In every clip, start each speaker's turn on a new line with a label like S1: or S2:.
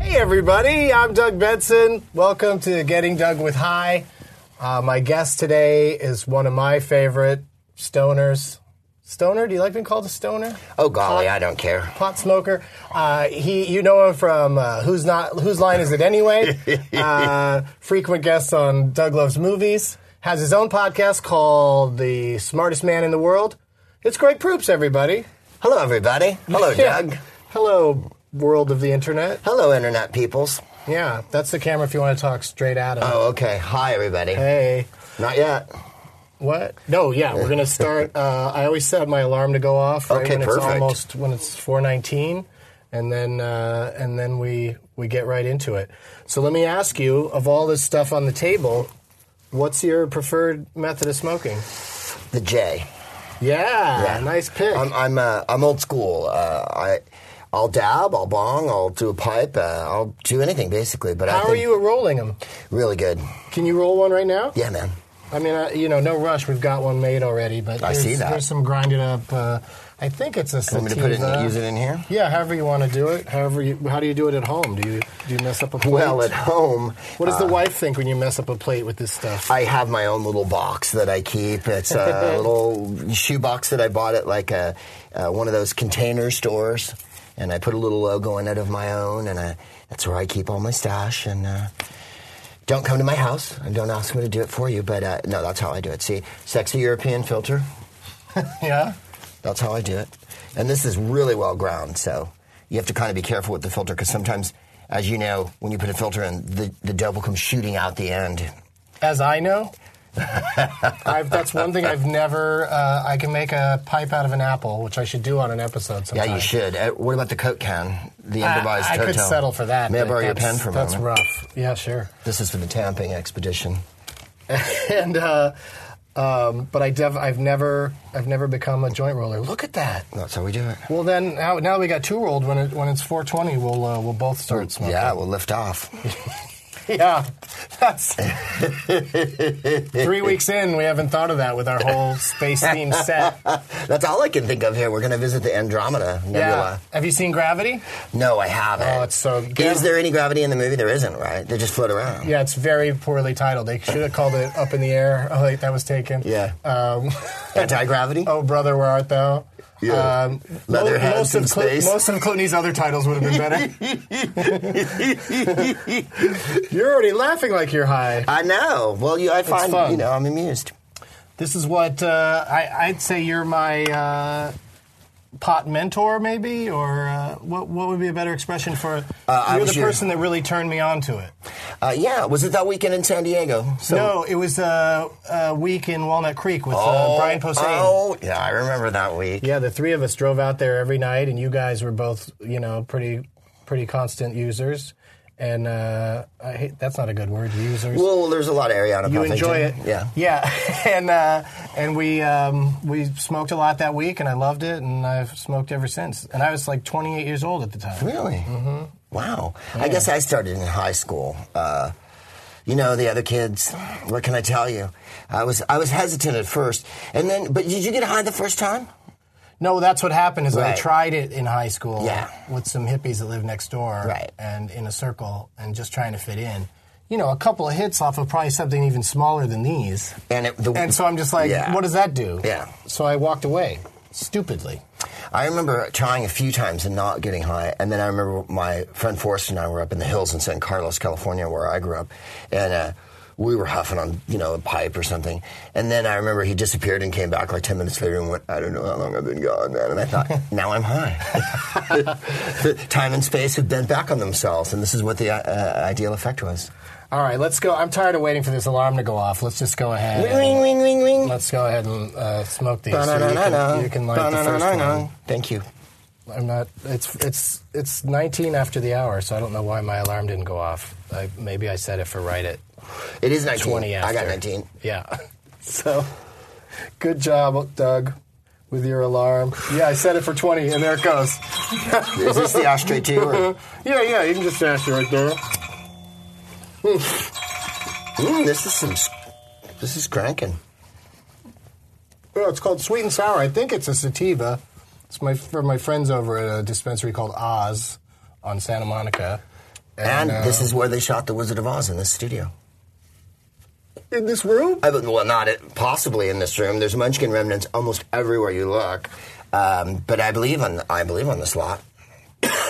S1: Hey everybody, I'm Doug Benson. Welcome to Getting Doug with High. Uh, my guest today is one of my favorite stoners. Stoner? Do you like being called a stoner?
S2: Oh golly, I don't care.
S1: Pot smoker. Uh, he, you know him from uh, Who's Not? Whose Line Is It Anyway? uh, frequent guest on Doug Loves Movies. Has his own podcast called The Smartest Man in the World. It's Greg Proops, everybody.
S2: Hello everybody. Hello Doug.
S1: Hello, world of the internet.
S2: Hello internet peoples.
S1: Yeah, that's the camera if you want to talk straight at him.
S2: Oh okay. Hi everybody.
S1: Hey.
S2: Not yet.
S1: What? No, yeah, we're gonna start. Uh, I always set my alarm to go off right
S2: Okay,
S1: when it's
S2: perfect.
S1: almost when it's four nineteen, and then uh, and then we we get right into it. So let me ask you, of all this stuff on the table, what's your preferred method of smoking?
S2: The J.
S1: Yeah,
S2: Yeah.
S1: nice pick.
S2: I'm I'm uh, I'm old school. Uh, I I'll dab, I'll bong, I'll do a pipe, uh, I'll do anything basically. But I
S1: How
S2: think
S1: are you at rolling them?
S2: really good.
S1: Can you roll one right now?
S2: Yeah, man.
S1: I mean, I, you know, no rush. We've got one made already, but
S2: I
S1: there's,
S2: see that.
S1: there's some grinded up. Uh, I think it's a
S2: Want
S1: sativa.
S2: me to put it in, use it in here?
S1: Yeah, however you want to do it. However, you, how do you do it at home? Do you do you mess up a plate?
S2: Well, at home,
S1: what does the wife think when you mess up a plate with this stuff?
S2: I have my own little box that I keep. It's a little shoe box that I bought at like a, uh, one of those container stores, and I put a little logo in it of my own, and I, that's where I keep all my stash. And uh, don't come to my house and don't ask me to do it for you. But uh, no, that's how I do it. See, sexy European filter.
S1: yeah,
S2: That's how I do it. And this is really well ground, so you have to kind of be careful with the filter because sometimes, as you know, when you put a filter in, the, the dough will come shooting out the end.
S1: as I know, I've, that's one thing I've never. Uh, I can make a pipe out of an apple, which I should do on an episode.
S2: Yeah,
S1: Sometime.
S2: you should. Uh, what about the Coke can? The
S1: I,
S2: improvised
S1: I
S2: Coke
S1: could
S2: can?
S1: settle for that.
S2: May I
S1: but
S2: borrow your
S1: that's-
S2: pen for a
S1: That's
S2: moment?
S1: rough. Yeah, sure.
S2: This is for the tamping expedition.
S1: and uh, um, but I def- I've never I've never become a joint roller. Look at that.
S2: That's how we do it.
S1: Well, then now, now we got two rolled. When it, when it's 420, we'll uh, we'll both start smoking.
S2: Yeah, we'll lift off.
S1: Yeah, that's three weeks in. We haven't thought of that with our whole space theme set.
S2: That's all I can think of here. We're going to visit the Andromeda
S1: Yeah,
S2: Nebula.
S1: have you seen Gravity?
S2: No, I haven't.
S1: Oh, it's so good.
S2: Is there any gravity in the movie? There isn't, right? They just float around.
S1: Yeah, it's very poorly titled. They should have called it "Up in the Air." Oh, wait, that was taken.
S2: Yeah.
S1: Um,
S2: Anti gravity?
S1: oh, brother, where art thou? Um,
S2: Yeah. Leather
S1: most
S2: hands
S1: of
S2: in
S1: Clo-
S2: space.
S1: most of Clooney's other titles would have been better. you're already laughing like you're high.
S2: I know. Well, you, I find,
S1: fun.
S2: you know, I'm amused.
S1: This is what uh, I, I'd say you're my uh, pot mentor, maybe, or uh, what, what would be a better expression for it?
S2: Uh, I
S1: you're
S2: was
S1: the
S2: your-
S1: person that really turned me on to it.
S2: Uh, yeah, was it that weekend in San Diego? So,
S1: no, it was uh, a week in Walnut Creek with uh,
S2: Oh,
S1: Brian Posehn.
S2: Oh, yeah, I remember that week.
S1: Yeah, the three of us drove out there every night, and you guys were both, you know, pretty pretty constant users. And uh, I hate, that's not a good word, users.
S2: Well, there's a lot of Ariana
S1: you
S2: Huffington.
S1: enjoy it.
S2: Yeah.
S1: yeah. And uh, and we um, we smoked a lot that week, and I loved it, and I've smoked ever since. And I was like 28 years old at the time.
S2: Really? Mm-hmm. Wow. I guess I started in high school. Uh, you know the other kids. What can I tell you? I was I was hesitant at first, and then. But did you get high the first time?
S1: No, that's what happened. Is I
S2: Right.
S1: tried it in high school
S2: Yeah.
S1: with some hippies that lived next door,
S2: Right.
S1: and in a circle, and just trying to fit in. You know, a couple of hits off of probably something even smaller than these.
S2: And it, the,
S1: And so I'm just like,
S2: Yeah.
S1: what does that do?
S2: Yeah.
S1: So I walked away stupidly.
S2: I remember trying a few times and not getting high, and then I remember my friend Forrest and I were up in the hills in San Carlos, California, where I grew up, and uh, we were huffing on you know a pipe or something, and then I remember he disappeared and came back like ten minutes later and went, I don't know how long I've been gone, man, and I thought now I'm high. Time and space have bent back on themselves, and this is what the uh, ideal effect was.
S1: All right, let's go. I'm tired of waiting for this alarm to go off. Let's just go ahead.
S2: Ring,
S1: and-
S2: ring, ring, ring, ring.
S1: Let's go ahead and uh, smoke these. so you,
S2: Ba-na-na-na-na.
S1: can, you can light the first
S2: Ba-na-na-na-na.
S1: one.
S2: Thank you.
S1: I'm not. It's it's it's 19 after the hour, so I don't know why my alarm didn't go off. I, maybe I set it for right at
S2: It is 19.
S1: 20 after.
S2: I got 19.
S1: Yeah. So, good job, Doug, with your alarm. Yeah, I set it for 20, and there it goes.
S2: Is this the ashtray too? Or?
S1: Yeah, yeah, you can just dash it right there.
S2: Mm, this is some. s- This is cranking.
S1: Oh, it's called Sweet and Sour. I think it's a sativa. It's my from my friends over at a dispensary called Oz on Santa Monica.
S2: And
S1: uh,
S2: this is where they shot The Wizard of Oz in this studio.
S1: in this room.
S2: I, well, not it, possibly in this room. There's Munchkin remnants almost everywhere you look. Um, but I believe on I believe on this lot.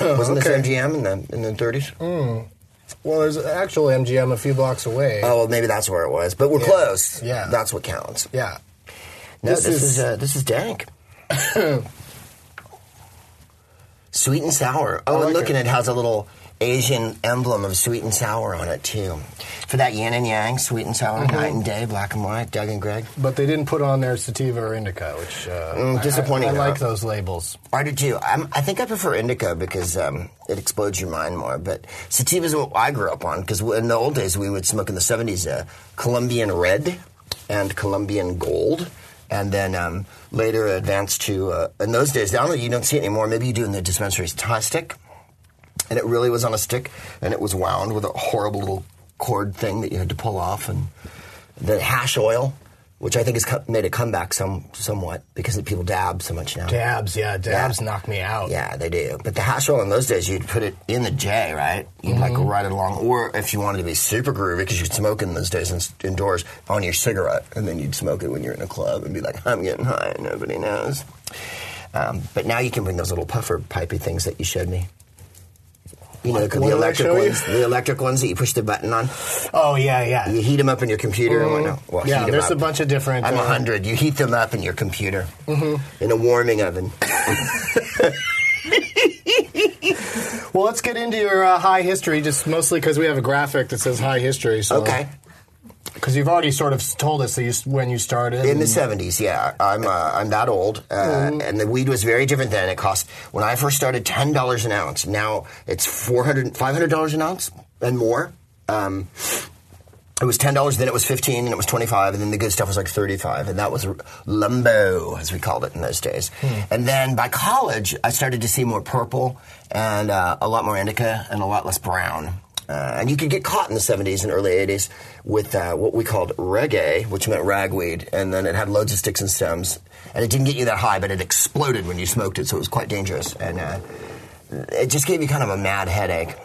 S2: Wasn't
S1: Oh, Okay. Mm.
S2: this MGM in the in the 30s?
S1: Well, there's an actual MGM a few blocks away.
S2: Oh well, maybe that's where it was. But we're close.
S1: Yeah.
S2: that's what counts.
S1: Yeah.
S2: No,
S1: This
S2: this,
S1: is-
S2: is, uh, this is dank. sweet and sour. Oh,
S1: I like
S2: and look,
S1: it.
S2: and it has a little Asian emblem of sweet and sour on it too. For that yin and yang, sweet and sour, night and day, black and white, Doug and Greg.
S1: But they didn't put on their sativa or indica, which uh,
S2: Mm,
S1: I-
S2: disappointing,
S1: I, I like
S2: huh?
S1: those labels.
S2: I do too. I'm, I think I prefer indica because um, it explodes your mind more. But sativa is what I grew up on because in the old days we would smoke in the 70s uh, Colombian red and Colombian gold. And then um, later advanced to, uh, in those days, I don't know, you don't see it anymore. Maybe you do in the dispensaries, Thai stick. And it really was on a stick and it was wound with a horrible little cord thing that you had to pull off. And the hash oil, which I think has co- made a comeback some, somewhat because people dab so much now.
S1: Dabs, yeah, dabs knock me out.
S2: Yeah, they do. But the hash roll in those days, you'd put it in the J, right? You'd like
S1: Mm-hmm.
S2: ride it along. Or if you wanted to be super groovy, because you'd smoke in those days in, indoors on your cigarette, and then you'd smoke it when you're in a club and be like, I'm getting high, and nobody knows. Um, but now you can bring those little puffer pipey things that you showed me. You know,
S1: What-
S2: 'cause
S1: what
S2: the
S1: did I
S2: electric
S1: show you?
S2: ones, the electric ones that you push the button on,
S1: Oh yeah, yeah.
S2: you heat them up in your computer and whatnot. Well,
S1: Yeah,
S2: heat 'em
S1: there's
S2: up.
S1: a bunch of different, Mm-hmm.
S2: I'm a
S1: uh,
S2: hundred. You heat them up in your computer in a warming oven.
S1: Well, let's get into your uh, high history, just mostly because we have a graphic that says high history. So,
S2: Okay.
S1: Because you've already sort of told us that you, when you started.
S2: In the seventies, yeah, I'm uh, I'm that old, uh, and the weed was very different then. It cost when I first started ten dollars an ounce. Now it's 400 500 dollars an ounce and more. Um, it was ten dollars, then it was fifteen, and it was twenty five, and then the good stuff was like thirty five, and that was r- lumbo as we called it in those days. And then by college, I started to see more purple and uh, a lot more indica and a lot less brown. Uh, and you could get caught in the 70s and early 80s with uh, what we called reggae, which meant ragweed, and then it had loads of sticks and stems. And it didn't get you that high, but it exploded when you smoked it, so it was quite dangerous. And uh, it just gave you kind of a mad headache.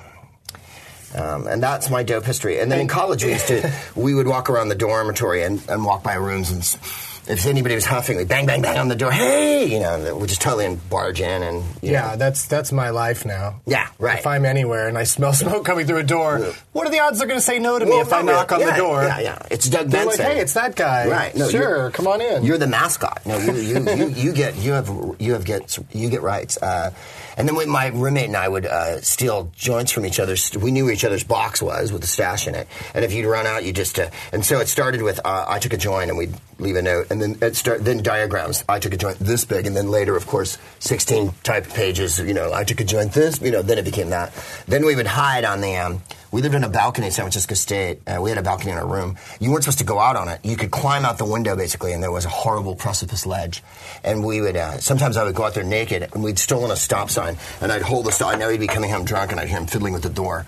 S2: Um, and that's my dope history. And then in college, we used to we would walk around the dormitory and, and walk by rooms, and s- if anybody was huffing, we bang, bang, bang on the door. Hey, you know, and we'd just totally barge in, and you know.
S1: yeah, that's that's my life now.
S2: Yeah, right.
S1: If I'm anywhere and I smell smoke coming through a door, what are the odds they're going to say no to me
S2: Well,
S1: if I
S2: not really.
S1: knock on
S2: Yeah,
S1: the door?
S2: yeah, yeah, it's Doug
S1: They're like,
S2: Benson.
S1: hey, it's that guy.
S2: Right? No,
S1: sure,
S2: you're-
S1: come on in.
S2: You're the mascot. No, you you, you, you get you have you have get you get rights. Uh, and then when my roommate and I would uh, steal joints from each other's. We knew where each other's box was with the stash in it. And if you'd run out, you just. Uh, and so it started with uh, I took a joint and we'd leave a note, and then it start then diagrams. I took a joint this big, and then later, of course, sixteen typed pages. You know, I took a joint this. You know, then it became that. Then we would hide on the. Um, we lived on a balcony in San Francisco State. Uh, we had a balcony in our room. You weren't supposed to go out on it. You could climb out the window basically, and there was a horrible precipice ledge. And we would uh, sometimes I would go out there naked, and we'd stolen a stop sign, and I'd hold the stop. I know he'd be coming home drunk, and I'd hear him fiddling with the door,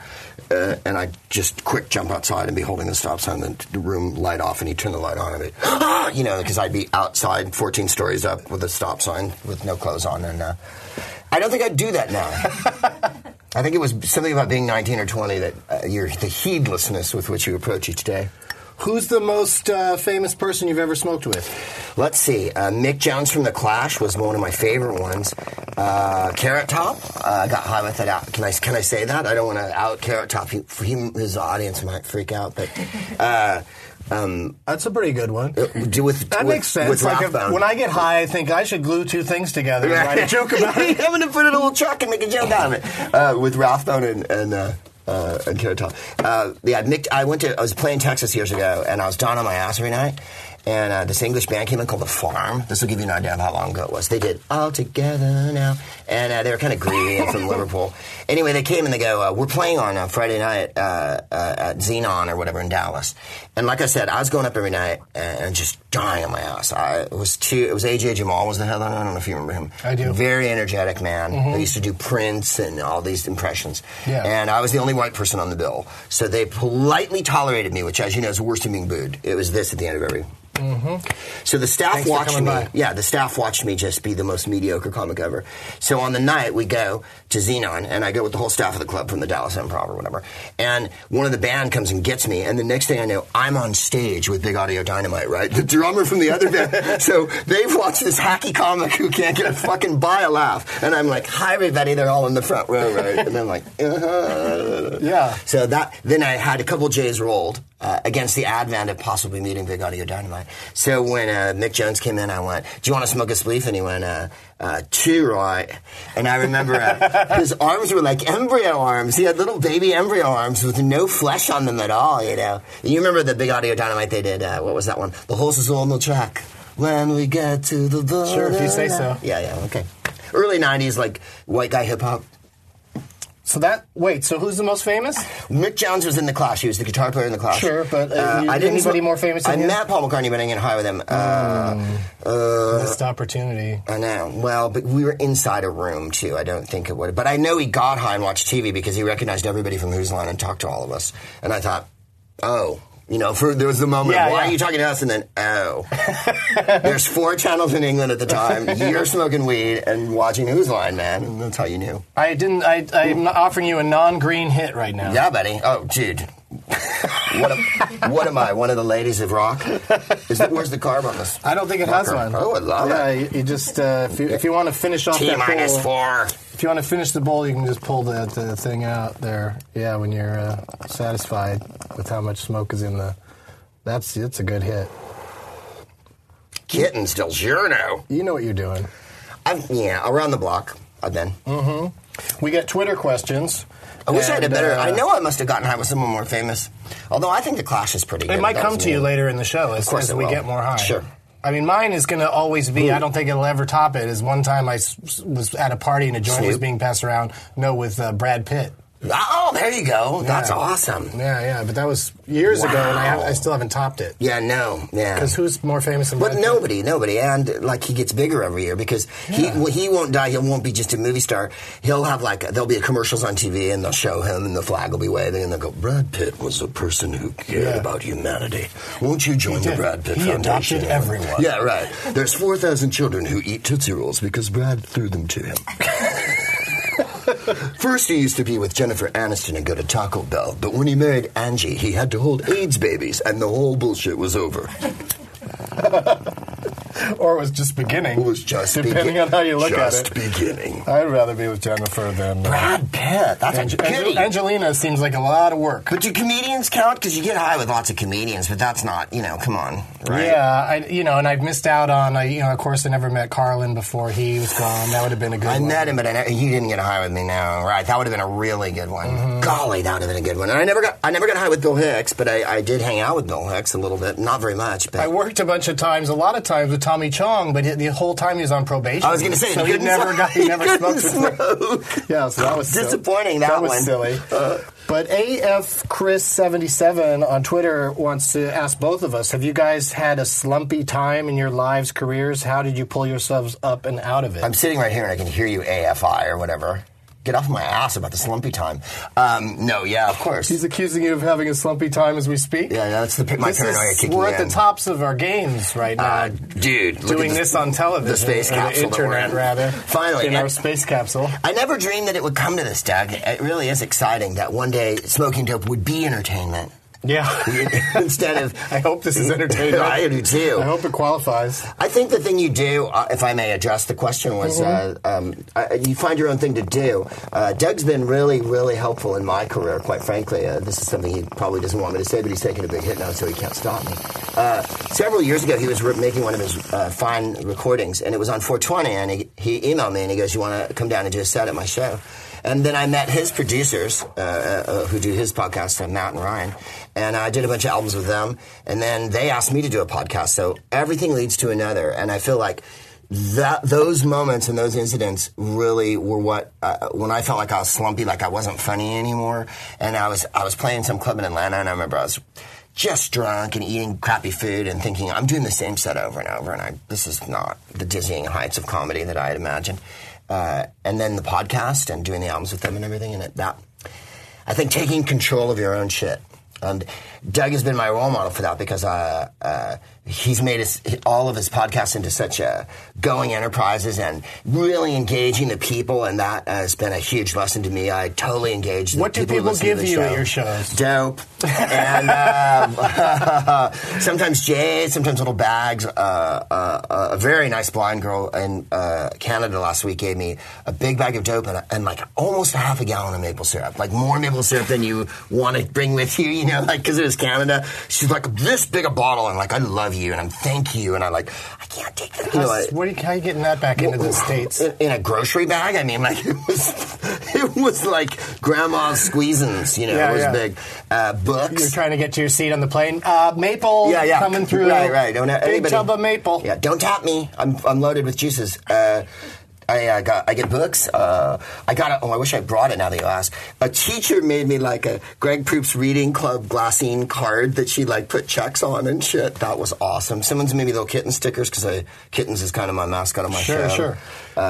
S2: uh, and I'd just quick jump outside and be holding the stop sign, and the room light off, and he'd turn the light on, and it, ah, you know, because I'd be outside, 14 stories up, with a stop sign with no clothes on, and uh, I don't think I'd do that now. I think it was something about being 19 or 20 that uh, your, the heedlessness with which you approach each day.
S1: Who's the most uh, famous person you've ever smoked with?
S2: Let's see. Uh, Mick Jones from The Clash was one of my favorite ones. Uh, Carrot Top, uh, I got high with it out. Can I, can I say that? I don't want to out Carrot Top. He, he, his audience might freak out, but. Uh, um,
S1: That's a pretty good one.
S2: do with,
S1: That
S2: with,
S1: makes sense.
S2: With
S1: like if-
S2: Rathbone.
S1: when I get high, I think I should glue two things together and write a joke about it.
S2: I'm going to put a little truck and make a joke out of it. Uh, with Rathbone and, and uh, uh, in Carrot Top. Uh, yeah, Mick, I went to I was playing Texas years ago, and I was down on my ass every night. And uh, this English band came in called The Farm. This will give you an idea of how long ago it was. They did All Together Now. And uh, they were kind of groovy and from Liverpool. Anyway, they came and they go, uh, We're playing on uh, Friday night uh, uh, at Xenon or whatever in Dallas. And like I said, I was going up every night and just dying on my ass. I it was too, it was AJ Jamal was the headliner. I don't know if you remember him.
S1: I do.
S2: Very energetic man who used to do Prince and all these impressions.
S1: Yeah.
S2: And I was the only white person on the bill. So they politely tolerated me, which, as you know, is worse than being booed. It was this at the end of every. So the staff
S1: Thanks for
S2: watched
S1: coming
S2: me.
S1: by.
S2: Yeah, the staff watched me just be the most mediocre comic ever. So on the night we go to Xenon, and I go with the whole staff of the club from the Dallas Improv or whatever. And one of the band comes and gets me, and the next thing I know, I'm on stage with Big Audio Dynamite, right? The drummer from the other band. so they've watched this hacky comic who can't get a fucking buy a laugh, and I'm like, "Hi, everybody!" They're all in the front row, right? And I'm like, uh-huh.
S1: Yeah.
S2: So that then I had a couple J's rolled uh, against the advent of possibly meeting Big Audio Dynamite. So when uh, Mick Jones came in, I went, "Do you want to smoke a spliff?" And he went, uh, uh, two right." And I remember uh, his arms were like embryo arms. He had little baby embryo arms with no flesh on them at all. You know. And you remember the Big Audio Dynamite they did? Uh, what was that one? The horse is on the track. When we get to the border.
S1: Sure, if you say so.
S2: Yeah, yeah, okay. Early '90s, like white guy hip hop.
S1: So that wait. So who's the most famous?
S2: Mick Jones was in the Clash. He was the guitar player in the Clash.
S1: Sure, but, uh, you- anybody more famous than
S2: I
S1: him? Hmm.
S2: met Paul McCartney, but I didn't get high with him. Uh,
S1: Missed opportunity.
S2: I know. Well, but we were inside a room too. I don't think it would. But I know he got high and watched TV because he recognized everybody from Who's Line and talked to all of us. And I thought, oh. You know, for, there was the moment,
S1: Yeah,
S2: why
S1: yeah.
S2: are you talking to us? And then, oh. There's four channels in England at the time. You're smoking weed and watching Who's Line, man. And that's how you knew.
S1: I didn't. I, I'm not offering you a non-green hit right now.
S2: Yeah, buddy. Oh, dude. what, am, what am I? One of the ladies of rock? Is that, where's the carb on this?
S1: I don't think it has
S2: Fucker.
S1: one.
S2: Oh, I love
S1: yeah,
S2: it.
S1: you, you just uh, if you, if you want to finish off
S2: T
S1: that
S2: minus
S1: bowl-
S2: four.
S1: If you want to finish the bowl, you can just pull the, the thing out there. Yeah, when you're uh, satisfied with how much smoke is in the. That's it's a good hit.
S2: Kittens del Giorno.
S1: You know what you're doing.
S2: I've, yeah, around the block. uh, I've been.
S1: We got Twitter questions.
S2: I wish I had a
S1: And,
S2: better.
S1: uh,
S2: I know I must have gotten high with someone more famous. Although I think the Clash is pretty good.
S1: It might
S2: That
S1: come
S2: was
S1: to you
S2: me.
S1: later in the show as,
S2: course
S1: as
S2: it
S1: we
S2: will.
S1: get more high.
S2: Sure. Hmm.
S1: I mean, mine is going to always be. I don't think it'll ever top it. Is one time I s- was at a party and a joint was
S2: Snoop.
S1: being passed around. No, with uh, Brad Pitt.
S2: Oh, there you go. That's
S1: Yeah.
S2: awesome.
S1: Yeah, yeah, but that was years ago, and I, have, I
S2: Wow.
S1: still haven't topped it.
S2: Yeah, no. Yeah.
S1: Because who's more famous than
S2: But
S1: Brad Pitt?
S2: nobody, nobody, and like he gets bigger every year because he well, he won't die. He won't be just a movie star. He'll have like there'll be commercials on TV and they'll show him and the flag will be waving and they'll go. Brad Pitt was a person who cared
S1: Yeah.
S2: about humanity. Won't you join
S1: He
S2: the
S1: did.
S2: Brad Pitt
S1: He
S2: Foundation?
S1: adopted everyone.
S2: Yeah, right. There's four thousand children who eat tootsie rolls because Brad threw them to him. First, he used to be with Jennifer Aniston and go to Taco Bell, but when he married Angie, he had to hold AIDS babies, and the whole bullshit was over.
S1: Or it was just beginning.
S2: It was just
S1: depending
S2: begin-
S1: on how you look at
S2: just
S1: it.
S2: beginning.
S1: I'd rather be with Jennifer than uh,
S2: Brad Pitt. That's
S1: Ange-
S2: a pity.
S1: Ange- Angelina. Seems like a lot of work.
S2: but do comedians count? Because you get high with lots of comedians, but that's not, you know, come on, right?
S1: Yeah, I, you know, and I've missed out on. I, you know, of course, I never met Carlin before he was gone. That would have been a good
S2: I
S1: one.
S2: met him, but I ne- he didn't get high with me. No, right? That would have been a really good one.
S1: Mm-hmm.
S2: Golly, that would have been a good one. And I never got, I never got high with Bill Hicks, but I, I did hang out with Bill Hicks a little bit, not very much. But
S1: I worked a bunch of times, a lot of times with Tommy Chong, but the whole time he was on probation.
S2: I was going to say,
S1: so he
S2: he couldn't
S1: never got, he never
S2: couldn't
S1: smoked. with me.
S2: smoke.
S1: Yeah, so that was sil-
S2: Disappointing, that
S1: was
S2: one. Uh,
S1: silly. but AF Chris seventy seven on Twitter wants to ask both of us: Have you guys had a slumpy time in your lives, careers? How did you pull yourselves up and out of it?
S2: I'm sitting right here and I can hear you AFI or whatever. Get off my ass about the slumpy time. Um, no, yeah, of course.
S1: He's accusing you of having a slumpy time as we speak.
S2: Yeah, that's the my
S1: This
S2: paranoia
S1: is-
S2: kicking
S1: we're
S2: in.
S1: at the tops of our games right now.
S2: Uh, dude, look
S1: doing
S2: at
S1: this on television,
S2: the space
S1: or
S2: capsule that we're
S1: internet
S2: in.
S1: rather.
S2: Finally,
S1: in our
S2: and-
S1: space capsule.
S2: I never dreamed that it would come to this, Doug. It really is exciting that one day smoking dope would be entertainment
S1: Yeah,
S2: instead of.
S1: I hope this is entertaining.
S2: I do too.
S1: I hope it qualifies.
S2: I think the thing you do, uh, if I may address the question, was uh, um, uh, you find your own thing to do. Uh, Doug's been really, really helpful in my career, quite frankly. Uh, this is something he probably doesn't want me to say, but he's taking a big hit now, so he can't stop me. Uh, several years ago, he was re- making one of his uh, fine recordings, and it was on 420, and he, he emailed me, and he goes, you want to come down and do a set at my show? And then I met his producers, uh, uh, who do his podcast, uh, Matt and Ryan, and I did a bunch of albums with them. And then they asked me to do a podcast, so everything leads to another. And I feel like that those moments and those incidents really were what uh, when I felt like I was slumpy, like I wasn't funny anymore. And I was I was playing some club in Atlanta, and I remember I was just drunk and eating crappy food and thinking I'm doing the same set over and over, and I this is not the dizzying heights of comedy that I had imagined. Uh, and then the podcast and doing the albums with them and everything, and it, that I think taking control of your own shit. And Doug has been my role model for that because uh, uh, he's made his, all of his podcasts into such uh, going enterprises and really engaging the people, and that has been a huge lesson to me. I totally engage. The
S1: What do
S2: who
S1: people
S2: listen to
S1: give
S2: the
S1: you at
S2: show.
S1: your shows?
S2: Dope, and um, sometimes jade, sometimes little bags. Uh, uh, uh, a very nice blind girl in uh, Canada last week gave me a big bag of dope and, and like almost a half a gallon of maple syrup, like more maple syrup than you want to bring with you, you know, like because it was Canada. She's like this big a bottle, and like I love you, and I'm thank you, and I like I can't take that. You know, I-
S1: what are you, how are you getting that back into the states?
S2: in, in a grocery bag. I mean, like it was, it was like grandma's squeezins. You know,
S1: Yeah,
S2: it was
S1: yeah.
S2: big uh,
S1: You're
S2: books.
S1: trying to get to your seat on the plane. Uh, maple
S2: yeah, yeah,
S1: coming through.
S2: Right, right. Don't have
S1: Big
S2: anybody.
S1: tub of maple.
S2: Yeah, don't tap me. I'm I'm loaded with juices. Uh, I uh, got I get books. Uh, I got a, oh I wish I brought it now that you ask. A teacher made me like a Greg Proops reading club glassine card that she like put checks on and shit. That was awesome. Someone's made me little kitten stickers because kittens is kind of my mascot on my
S1: Sure,
S2: show.
S1: sure.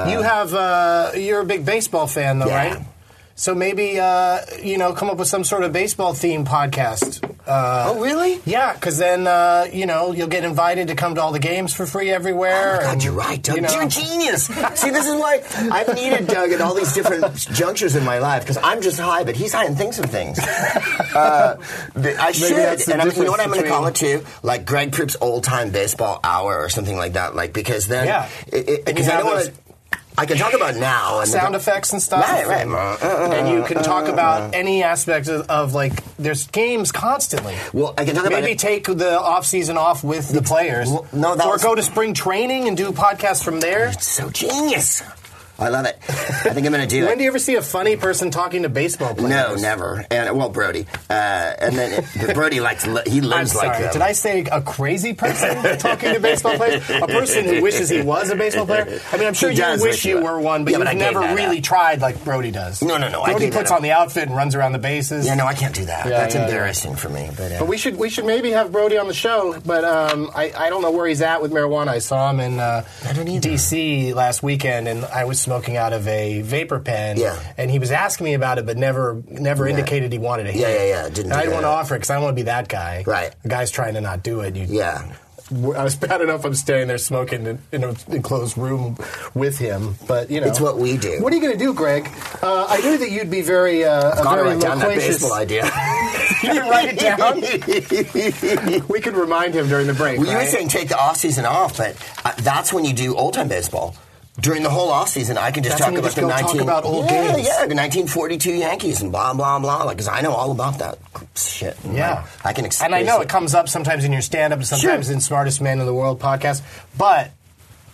S1: you have uh, you're a big baseball fan though,
S2: Yeah.
S1: right? So maybe uh, you know come up with some sort of baseball themed podcast. Uh,
S2: Oh really?
S1: yeah, because then uh, you know you'll get invited to come to all the games for free everywhere.
S2: Oh God,
S1: and,
S2: you're right, Doug.
S1: you
S2: You
S1: know.
S2: are a genius. See, this is why I've needed Doug at all these different junctures in my life because I'm just high, but he's high and thinks of things. Uh, th- I should,
S1: that's the
S2: and I'm, you know what I'm
S1: difference
S2: going to call it too? Like Greg Proop's old time baseball hour or something like that. Like because then,
S1: Yeah.
S2: it- it-
S1: And you
S2: because I
S1: have
S2: don't want
S1: those-
S2: to. I can talk about now and
S1: sound effects and stuff.
S2: Right, Uh, right.
S1: and you can
S2: uh,
S1: talk about any aspect of, of like there's games constantly.
S2: Well, I can talk about
S1: Maybe
S2: it-
S1: take the off season off with the players.
S2: Well, no, that
S1: or
S2: was-
S1: go to spring training and do podcasts from there.
S2: So genius. I love it. I think I'm going to do it.
S1: When do you ever see a funny person talking to baseball players?
S2: no, never. And well, Brody, uh, and then but Brody likes li- he
S1: I'm
S2: lives like
S1: sorry.
S2: them.
S1: Did I say a crazy person talking to baseball players? A person who wishes he was a baseball player? I mean, I'm sure
S2: He
S1: you
S2: does
S1: wish
S2: wish
S1: you
S2: he
S1: were
S2: was.
S1: one, but
S2: Yeah,
S1: you've
S2: but I gave
S1: never
S2: that
S1: really
S2: up.
S1: tried like Brody does.
S2: No, no, no, I
S1: Brody
S2: gave that
S1: puts
S2: up.
S1: on the outfit and runs around the bases.
S2: Yeah, no, I can't do that.
S1: Yeah,
S2: That's
S1: yeah, yeah.
S2: embarrassing for me. But, uh,
S1: But we should we should maybe have Brody on the show. But um, I I don't know where he's at with marijuana. I saw him in uh,
S2: I don't either.
S1: D.C. last weekend, and I was smoking out of a vapor pen.
S2: Yeah.
S1: And he was asking me about it, but never never indicated he wanted to. hit
S2: Yeah,
S1: it.
S2: yeah, yeah, didn't
S1: And I
S2: do
S1: didn't want
S2: that.
S1: to offer because I don't want to be that guy.
S2: Right.
S1: The guy's trying to not do it. You,
S2: yeah,
S1: I was bad enough. I'm staying there smoking in, in an enclosed room with him. But you know,
S2: It's what we do.
S1: What are you going to do, Greg? Uh, I knew that you'd be very uh, a
S2: gotta
S1: very
S2: write down that
S1: loquacious.
S2: baseball idea.
S1: You didn't write it down. We could remind him during the break.
S2: well, you were
S1: right?
S2: saying take the off season off, but uh, that's when you do old time baseball. During the whole off season, I can just
S1: That's
S2: talk
S1: when you
S2: about
S1: just
S2: the
S1: go talk
S2: 19
S1: about old
S2: yeah,
S1: games.
S2: yeah, the 1942 Yankees and blah blah blah, like because I know all about that shit. And,
S1: yeah,
S2: like, I can explain.
S1: And I know it comes up sometimes in your stand-up, and sometimes
S2: Sure.
S1: in Smartest Man in the World podcast, but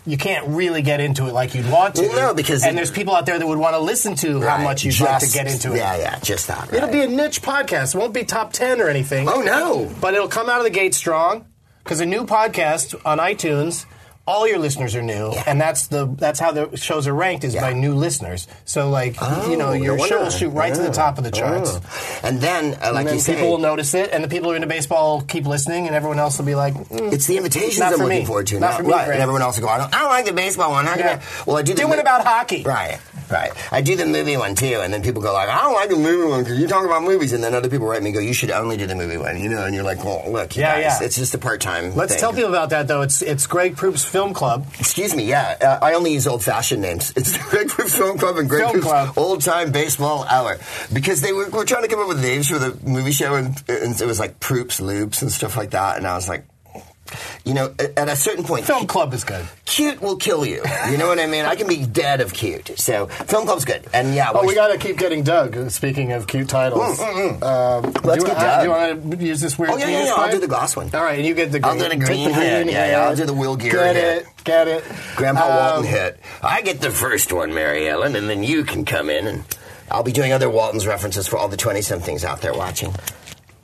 S1: you can't really get into it like you'd want to.
S2: Well, no, because
S1: and
S2: it-
S1: there's people out there that would want to listen to how much you'd
S2: just,
S1: like to get into it.
S2: Yeah, yeah, just that.
S1: It'll
S2: right.
S1: be a niche podcast. It won't be top ten or anything.
S2: Oh, no.
S1: But it'll come out of the gate strong because a new podcast on iTunes. All your listeners are new,
S2: Yeah.
S1: and that's the that's how the shows are ranked is
S2: Yeah.
S1: by new listeners. So like you know
S2: Oh,
S1: your
S2: no
S1: show will
S2: shit.
S1: shoot right to the
S2: Yeah.
S1: top of the charts.
S2: Oh. And then, uh, like
S1: and then
S2: you say,
S1: people will notice it, and the people who are into baseball will keep listening, and everyone else will be like, mm,
S2: It's the invitations
S1: Not
S2: I'm
S1: for
S2: looking
S1: me.
S2: forward to.
S1: Not for me,
S2: right.
S1: Greg.
S2: And everyone else will go, I don't, I don't like the baseball one. How can
S1: Yeah.
S2: I? Well, I do the
S1: Do one
S2: mo-
S1: about hockey.
S2: Right, right. I do the movie one too, and then people go like, I don't like the movie one because you talk about movies, and then other people write me and go, you should only do the movie one, you know? And you're like, well, look, you
S1: Yeah,
S2: guys,
S1: yeah.
S2: it's just a part time.
S1: "Let's tell people about that." Though it's it's Greg Proop's Film Club.
S2: Excuse me, yeah. Uh, I only use old fashioned names. It's the Greg Proof Film Club and Greg
S1: Film Club.
S2: Proof's Old Time Baseball Hour. Because they were, were trying to come up with names for the movie show, and, and it was like Proops, Loops, and stuff like that. And I was like, you know, at, at a certain point,
S1: Film Club is good.
S2: cute will kill you. You know what I mean? I can be dead of cute. So film club's good. And yeah,
S1: Oh,
S2: we're-
S1: we got to keep getting Doug. uh, Speaking of cute titles, Um,
S2: Mm, Let's
S1: do,
S2: get
S1: uh,
S2: Doug.
S1: Do you want to use this weird?
S2: Oh, yeah, yeah,
S1: penis
S2: yeah, I'll
S1: pipe?
S2: do the glass one.
S1: All right, and you get the. Green.
S2: I'll do the green
S1: Take the
S2: hit.
S1: green
S2: Yeah, yeah,
S1: hit.
S2: I'll do the Will Gear
S1: Get
S2: hit.
S1: it, get it.
S2: Grandpa
S1: Um,
S2: Walton hit. I get the first one, Mary Ellen, and then you can come in and I'll be doing other Walton's references for all the 20 somethings out there watching.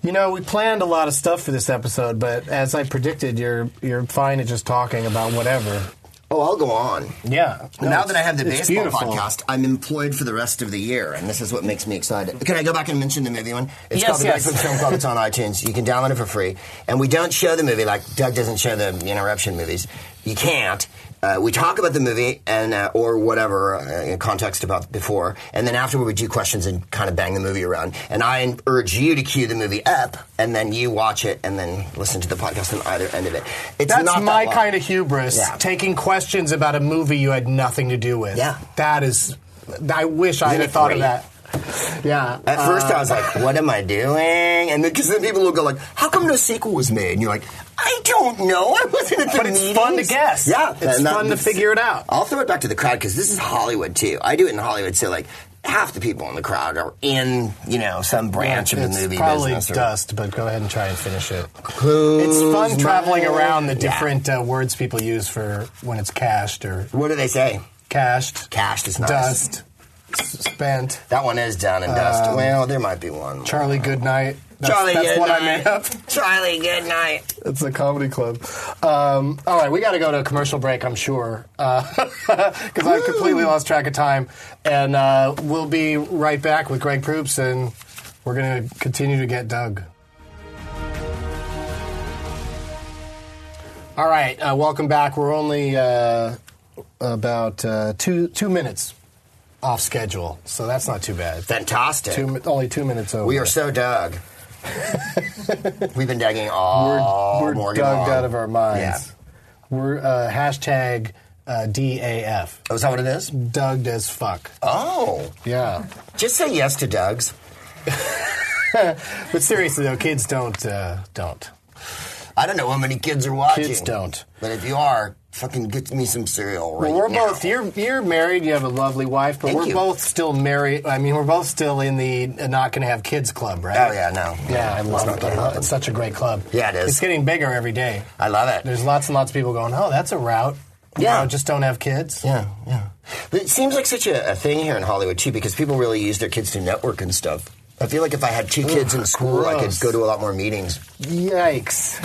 S1: You know, we planned a lot of stuff for this episode, but as I predicted, you're you're fine at just talking about whatever.
S2: Oh, I'll go on.
S1: Yeah.
S2: now that I have the
S1: it's
S2: baseball
S1: beautiful.
S2: podcast, I'm employed for the rest of the year, and this is what makes me excited. Can I go back and mention the movie one? It's
S1: Yes,
S2: called The
S1: yes.
S2: Breakfast Film Club. It's on iTunes. You can download it for free. And we don't show the movie like Doug doesn't show the interruption movies. You can't. Uh, we talk about the movie and uh, or whatever uh, in context about before, and then afterward we do questions and kind of bang the movie around. And I urge you to cue the movie up, and then you watch it, and then listen to the podcast on either end of it. It's
S1: That's
S2: not
S1: my
S2: that long.
S1: kind of hubris.
S2: Yeah.
S1: Taking questions about a movie you had nothing to do with.
S2: Yeah.
S1: That is. I wish I
S2: Isn't
S1: had
S2: it
S1: thought of
S2: great?
S1: that. Yeah.
S2: At first,
S1: Uh,
S2: I was like, "What am I doing?" And then, because then people will go like, "How come no sequel was made?" And you're like, "I don't know. I wasn't at the
S1: But it's
S2: meetings."
S1: fun to guess.
S2: Yeah,
S1: It's
S2: and
S1: fun to figure it out.
S2: I'll throw it back to the crowd because this is Hollywood too. I do it in Hollywood, so like half the people in the crowd are in you know some branch of
S1: it's
S2: the movie
S1: probably
S2: business. or-
S1: dust, but go ahead and try and finish it.
S2: Close
S1: It's fun
S2: my-
S1: traveling around the
S2: Yeah.
S1: different uh, words people use for when it's cashed or
S2: What do they say?
S1: cashed,
S2: Cashed is nice.
S1: dust, s- spent.
S2: That one is done and dust. well, there might be one. more.
S1: Charlie Goodnight. That's,
S2: Charlie,
S1: that's
S2: good
S1: what
S2: night.
S1: I made up.
S2: Charlie, good night.
S1: It's a comedy club. Um, all right, we got to go to a commercial break, I'm sure, because I've completely lost track of time. And uh, we'll be right back with Greg Proops, and we're going to continue to get Doug. All right, uh, welcome back. We're only uh, about uh, two two minutes off schedule, so that's not too bad.
S2: Fantastic.
S1: Two, mi- only two minutes over.
S2: We are so Doug. We've been Dugging all
S1: we're, we're
S2: Oh, Morgan
S1: dugged
S2: long.
S1: out of our minds.
S2: Yeah.
S1: We're uh, hashtag uh, DAF.
S2: Oh, is that what it is?
S1: Dugged as fuck.
S2: Oh,
S1: Yeah.
S2: just say yes to Doug's.
S1: But seriously though, kids don't uh, don't.
S2: I don't know how many kids are watching.
S1: Kids don't.
S2: But if you are, fucking get me some cereal right
S1: Well, we're
S2: now.
S1: both you're you're married. You have a lovely wife, but
S2: Thank
S1: we're
S2: you.
S1: both still married. I mean, we're both still in the uh, not going to have kids club, right?
S2: Oh, yeah, no.
S1: Yeah, I love
S2: not
S1: it.
S2: gonna happen.
S1: It's such a great club.
S2: Yeah, it is.
S1: It's getting bigger every day.
S2: I love it.
S1: There's lots and lots of people going, "Oh, that's a route." You
S2: Yeah.
S1: know, just don't have kids.
S2: Yeah, yeah. But it seems like such a, a thing here in Hollywood too, because people really use their kids to network and stuff. I feel like if I had two kids in school, I could
S1: gross.
S2: go to a lot more meetings.
S1: Yikes.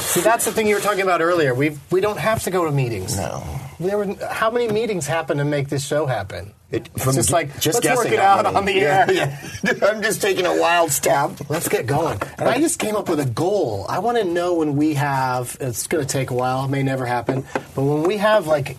S1: See, that's the thing you were talking about earlier. We we don't have to go to meetings.
S2: No.
S1: There were how many meetings happen to make this show happen?
S2: It-
S1: It's
S2: from
S1: just
S2: ju-
S1: like
S2: just
S1: let's work
S2: guessing
S1: it
S2: how
S1: out
S2: many.
S1: on the
S2: Yeah,
S1: air.
S2: yeah. I'm just taking a wild stab.
S1: Let's get going. And I just came up with a goal. I want to know when we have. It's going to take a while. It may never happen. But when we have like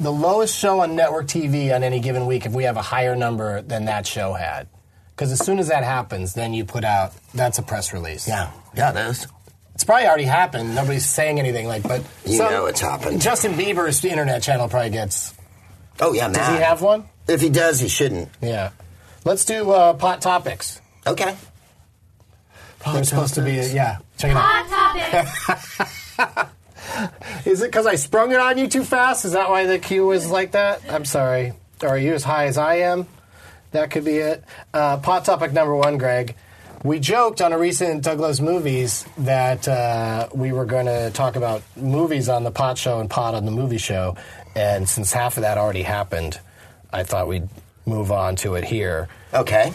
S1: the lowest show on network TV on any given week, if we have a higher number than that show had, because as soon as that happens, then you put out that's a press release.
S2: Yeah, yeah, those.
S1: It's probably already happened. Nobody's saying anything. Like, but
S2: You know it's happened.
S1: Justin Bieber's internet channel probably gets.
S2: Oh yeah, Matt.
S1: Does he have one?
S2: If he does, he shouldn't.
S1: Yeah. Let's do uh, pot topics.
S2: Okay.
S1: They're supposed to be. Yeah. Check it out.
S3: Hot topics.
S1: Is it because I sprung it on you too fast? Is that why the cue was like that? I'm sorry. Are you as high as I am? That could be it. Uh, pot topic number one, Greg. We joked on a recent Douglas movies that uh, we were going to talk about movies on the pot show and pot on the movie show, and since half of that already happened, I thought we'd move on to it here.
S2: Okay.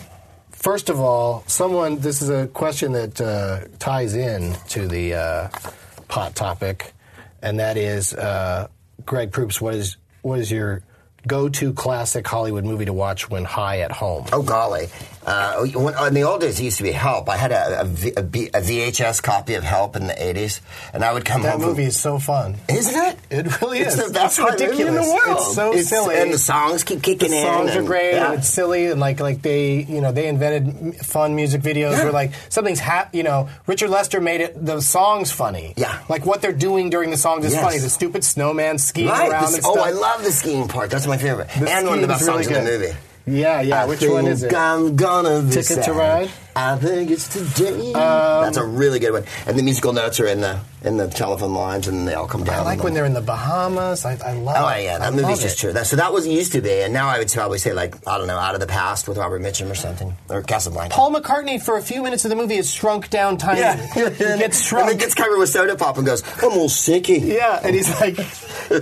S1: First of all, someone. This is a question that uh, ties in to the uh, pot topic, and that is uh, Greg Proops. What is what is your go-to classic Hollywood movie to watch when high at home?
S2: Oh golly. Uh, when, in the old days, it used to be Help. I had a, a, V- a, B- a VHS copy of Help in the '80s, and I would come
S1: that
S2: home.
S1: movie is so fun.
S2: from, isn't it?
S1: It really
S2: It's
S1: is.
S2: the best
S1: It's
S2: high movie in the
S1: ridiculous.
S2: world.
S1: It's so silly.
S2: and the songs keep kicking in.
S1: songs are
S2: and-
S1: great
S2: yeah.
S1: and it's silly and like like they you know they invented m- fun music videos where like something's hap you know Richard Lester made it the songs funny
S2: Yeah.
S1: like what they're doing during the songs is
S2: Yes.
S1: funny the stupid snowman skiing
S2: right.
S1: around
S2: this-
S1: and stuff
S2: oh, I love the skiing part. That's my favorite.
S1: The
S2: and one of the
S1: skiing's
S2: best songs
S1: really
S2: in the
S1: good.
S2: movie.
S1: yeah yeah
S2: I
S1: which one is
S2: think
S1: it
S2: I'm gonna be
S1: Ticket to
S2: sad.
S1: Ride? Um,
S2: I think it's today. That's a really good one. And the musical notes are in the in the telephone lines, and they all come
S1: I
S2: down.
S1: like when they're in the Bahamas. I, I love.
S2: Oh
S1: it.
S2: yeah,
S1: I
S2: that movie's
S1: love
S2: just
S1: it.
S2: true. That, so that was it used to be, and now I would probably say like I don't know, Out of the Past with Robert Mitchum or something, or Casablanca.
S1: Paul McCartney for a few minutes of the movie is shrunk down tiny.
S2: yeah,
S1: he gets
S2: And then
S1: shrunk.
S2: gets covered with soda pop and goes, "I'm all sicky."
S1: Yeah, and he's like,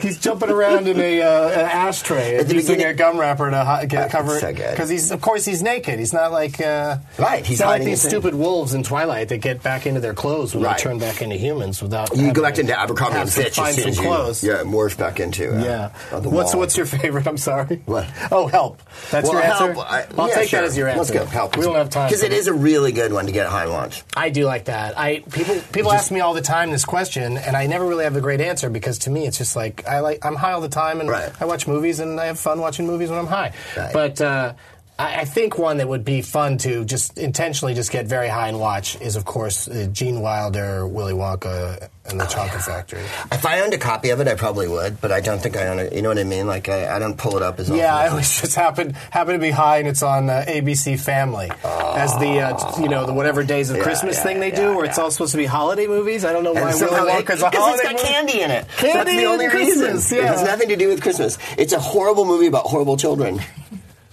S1: he's jumping around in a uh, an ashtray
S2: At
S1: and
S2: the
S1: using
S2: beginning-
S1: a gum wrapper to hi- get,
S2: That's
S1: cover
S2: so good.
S1: because he's of course he's naked. He's not like uh,
S2: Right,
S1: He's
S2: he's
S1: not like
S2: hiding
S1: these
S2: his thing.
S1: stupid wolves in Twilight that get back into their clothes when
S2: Right.
S1: they turn back into humans without.
S2: You
S1: having
S2: go back
S1: to
S2: into Abercrombie
S1: have
S2: and
S1: to
S2: Fitch
S1: Find
S2: as soon
S1: some
S2: as you,
S1: clothes.
S2: yeah, morph back into. Uh,
S1: Yeah.
S2: uh, the
S1: What's
S2: wall.
S1: what's your favorite? I'm sorry.
S2: What?
S1: Oh, help. That's
S2: Well,
S1: your answer.
S2: help, I,
S1: will
S2: yeah,
S1: take
S2: sure.
S1: that as your answer.
S2: Let's go. Help.
S1: We don't have time
S2: because
S1: for
S2: it is a really good one to get at high lunch.
S1: I do like that. I people people ask me all the time this question, and I never really have a great answer because to me it's just like I like I'm high all the time, and
S2: Right.
S1: I watch movies, and I have fun watching movies when I'm high.
S2: Right.
S1: But uh, I, I think one that would be fun to just intentionally just get very high and watch is of course uh, Gene Wilder, Willy Wonka, and
S2: Oh,
S1: the Chocolate Factory.
S2: If I owned a copy of it, I probably would, but I don't think I own it. You know what I mean? Like I, I don't pull it up as often.
S1: Yeah, I
S2: as-
S1: always just happen happen to be high, and it's on uh, ABC Family as the uh, t- you know the whatever days of
S2: Yeah,
S1: Christmas
S2: yeah,
S1: thing they
S2: yeah,
S1: do, where it's
S2: yeah.
S1: all supposed to be holiday movies. I don't know why
S2: And
S1: Willy
S2: somehow it-
S1: Wonka's a
S2: it's
S1: holiday
S2: got
S1: movie.
S2: candy in it.
S1: Candy
S2: That's the
S1: and
S2: only
S1: Christmas,
S2: reason.
S1: yeah.
S2: It has nothing to do with Christmas. It's a horrible movie about horrible children,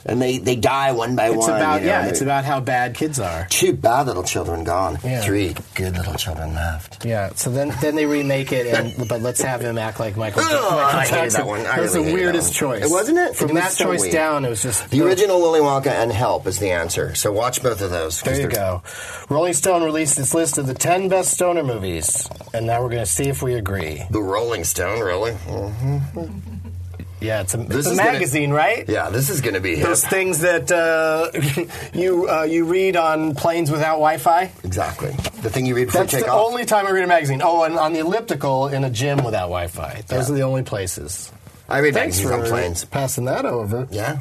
S2: and they, they die one by
S1: It's
S2: one.
S1: about
S2: you know,
S1: yeah,
S2: and
S1: it's
S2: they-
S1: about how bad kids are.
S2: two bad little children gone,
S1: Yeah.
S2: three good little children left.
S1: Yeah, so then then they remake it, and but let's have him act like Michael.
S2: Ugh,
S1: Michael
S2: I hated
S1: Jackson.
S2: that one. I
S1: That was
S2: really
S1: the
S2: hated that
S1: weirdest
S2: one.
S1: choice,
S2: It wasn't it?
S1: From
S2: It was
S1: that
S2: so
S1: choice
S2: weird.
S1: down, it was just
S2: The original Willy Wonka and Help is the answer. So watch both of those. 'cause
S1: There you
S2: they're-
S1: go. Rolling Stone released its list of the ten best stoner movies, and now we're going to see if we agree.
S2: The Rolling Stone, really? Mhm.
S1: Yeah, it's a,
S2: This
S1: it's a
S2: is gonna-
S1: magazine, right?
S2: Yeah, this is going to be hip.
S1: Those things that uh, you uh, you read on planes without Wi-Fi.
S2: Exactly. The thing you read before
S1: That's the
S2: takeoff.
S1: only time I read a magazine. Oh, and on the elliptical in a gym without Wi-Fi. Those
S2: Yeah.
S1: are the only places.
S2: I read
S1: Thanks
S2: magazines
S1: for
S2: on planes.
S1: passing that over.
S2: Yeah.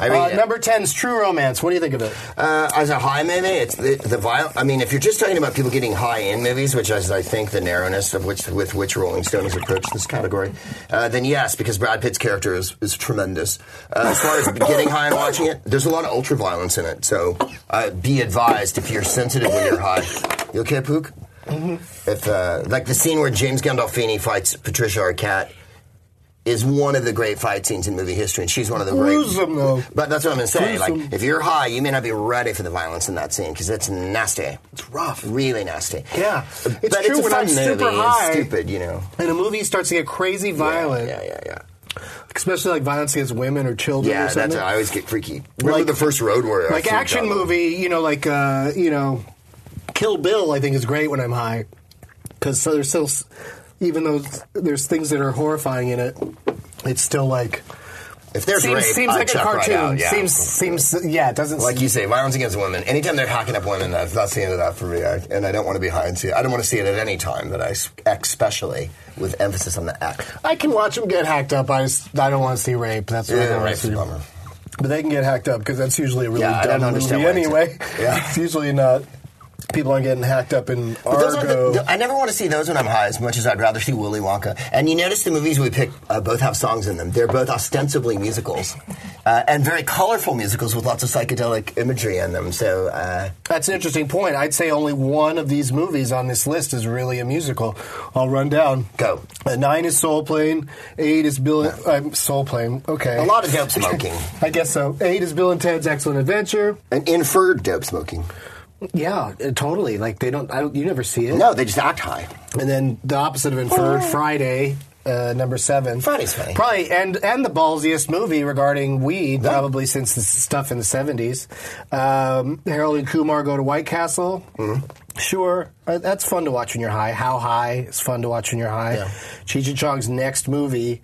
S2: I
S1: I
S2: read
S1: uh, number 10's True Romance. What do you think of it?
S2: Uh, as a high movie, it's the, the viol- I mean, if you're just talking about people getting high in movies, which is, I think, the narrowness of which with which Rolling Stone has approached this category, uh, then yes, because Brad Pitt's character is, is tremendous. Uh, as far as getting high and watching it, there's a lot of ultra violence in it. So uh, be advised if you're sensitive when you're high. You okay, Pook?
S1: Mm-hmm.
S2: If uh, like the scene where James Gandolfini fights Patricia Arquette. Is one of the great fight scenes in movie history, and she's one of the
S1: Gruesome, though.
S2: great. But that's what I'm going to say.
S1: Gruesome.
S2: Like, if you're high, you may not be ready for the violence in that scene because it's nasty. It's
S1: rough.
S2: really nasty.
S1: Yeah. It's
S2: but it's
S1: true,
S2: a
S1: when
S2: fun
S1: I'm super
S2: movie.
S1: high-
S2: It's stupid, you know.
S1: And a movie starts to get crazy violent,
S2: Yeah, yeah, yeah.
S1: especially like violence against women or children
S2: Yeah,
S1: or something.
S2: that's I always get freaky. Remember
S1: Like-
S2: the first Road Warrior? I
S1: like
S2: freaked
S1: action
S2: out on.
S1: movie, you know, like uh, you know, Kill Bill. I think is great when I'm high because so there's still, s- even though there's things that are horrifying in it, it's still like
S2: If there's
S1: seems,
S2: rape,
S1: seems
S2: I
S1: like a
S2: check right
S1: cartoon.
S2: out, yeah.
S1: Seems seems yeah, it doesn't
S2: Like you say, violence against women. Anytime they're hacking up women, that's, that's the end of that for me. I, and I don't want to be high and see it. I don't want to see it at any time, but I s- especially with emphasis on the act.
S1: I can watch them get hacked up. I, just, I don't want to see rape. That's what I don't
S2: Yeah,
S1: wanna
S2: rape's a
S1: see.
S2: bummer.
S1: But they can get hacked up because that's usually a really
S2: Yeah, I
S1: dumb
S2: don't
S1: movie
S2: understand why it's-
S1: anyway.
S2: Yeah.
S1: it's usually not. People aren't getting hacked up in
S2: But those aren't
S1: Argo.
S2: the- the- I never want to see those when I'm high as much as I'd rather see Willy Wonka. And you notice the movies we pick uh, both have songs in them. They're both ostensibly musicals uh, and very colorful musicals with lots of psychedelic imagery in them. So uh,
S1: That's an interesting point. I'd say only one of these movies on this list is really a musical. I'll run down.
S2: Go.
S1: Uh, nine is Soul Plane. Eight is Bill. Um, Soul Plane. Okay.
S2: a lot of dope smoking.
S1: I guess so. Eight is Bill and Ted's Excellent Adventure.
S2: and inferred dope smoking.
S1: Yeah, uh, totally. Like they don't. I don't. You never see it.
S2: No, they just act high.
S1: And then the opposite of inferred, Friday. Uh, number seven.
S2: Oh. Friday's funny.
S1: Probably and and the ballsiest movie regarding weed probably since the stuff in the seventies. Um, Harold and Kumar go to White Castle.
S2: Mm-hmm.
S1: Sure, Uh, that's fun to watch when you're high. How high is fun to watch when you're high.
S2: Yeah.
S1: Cheech and Chong's next movie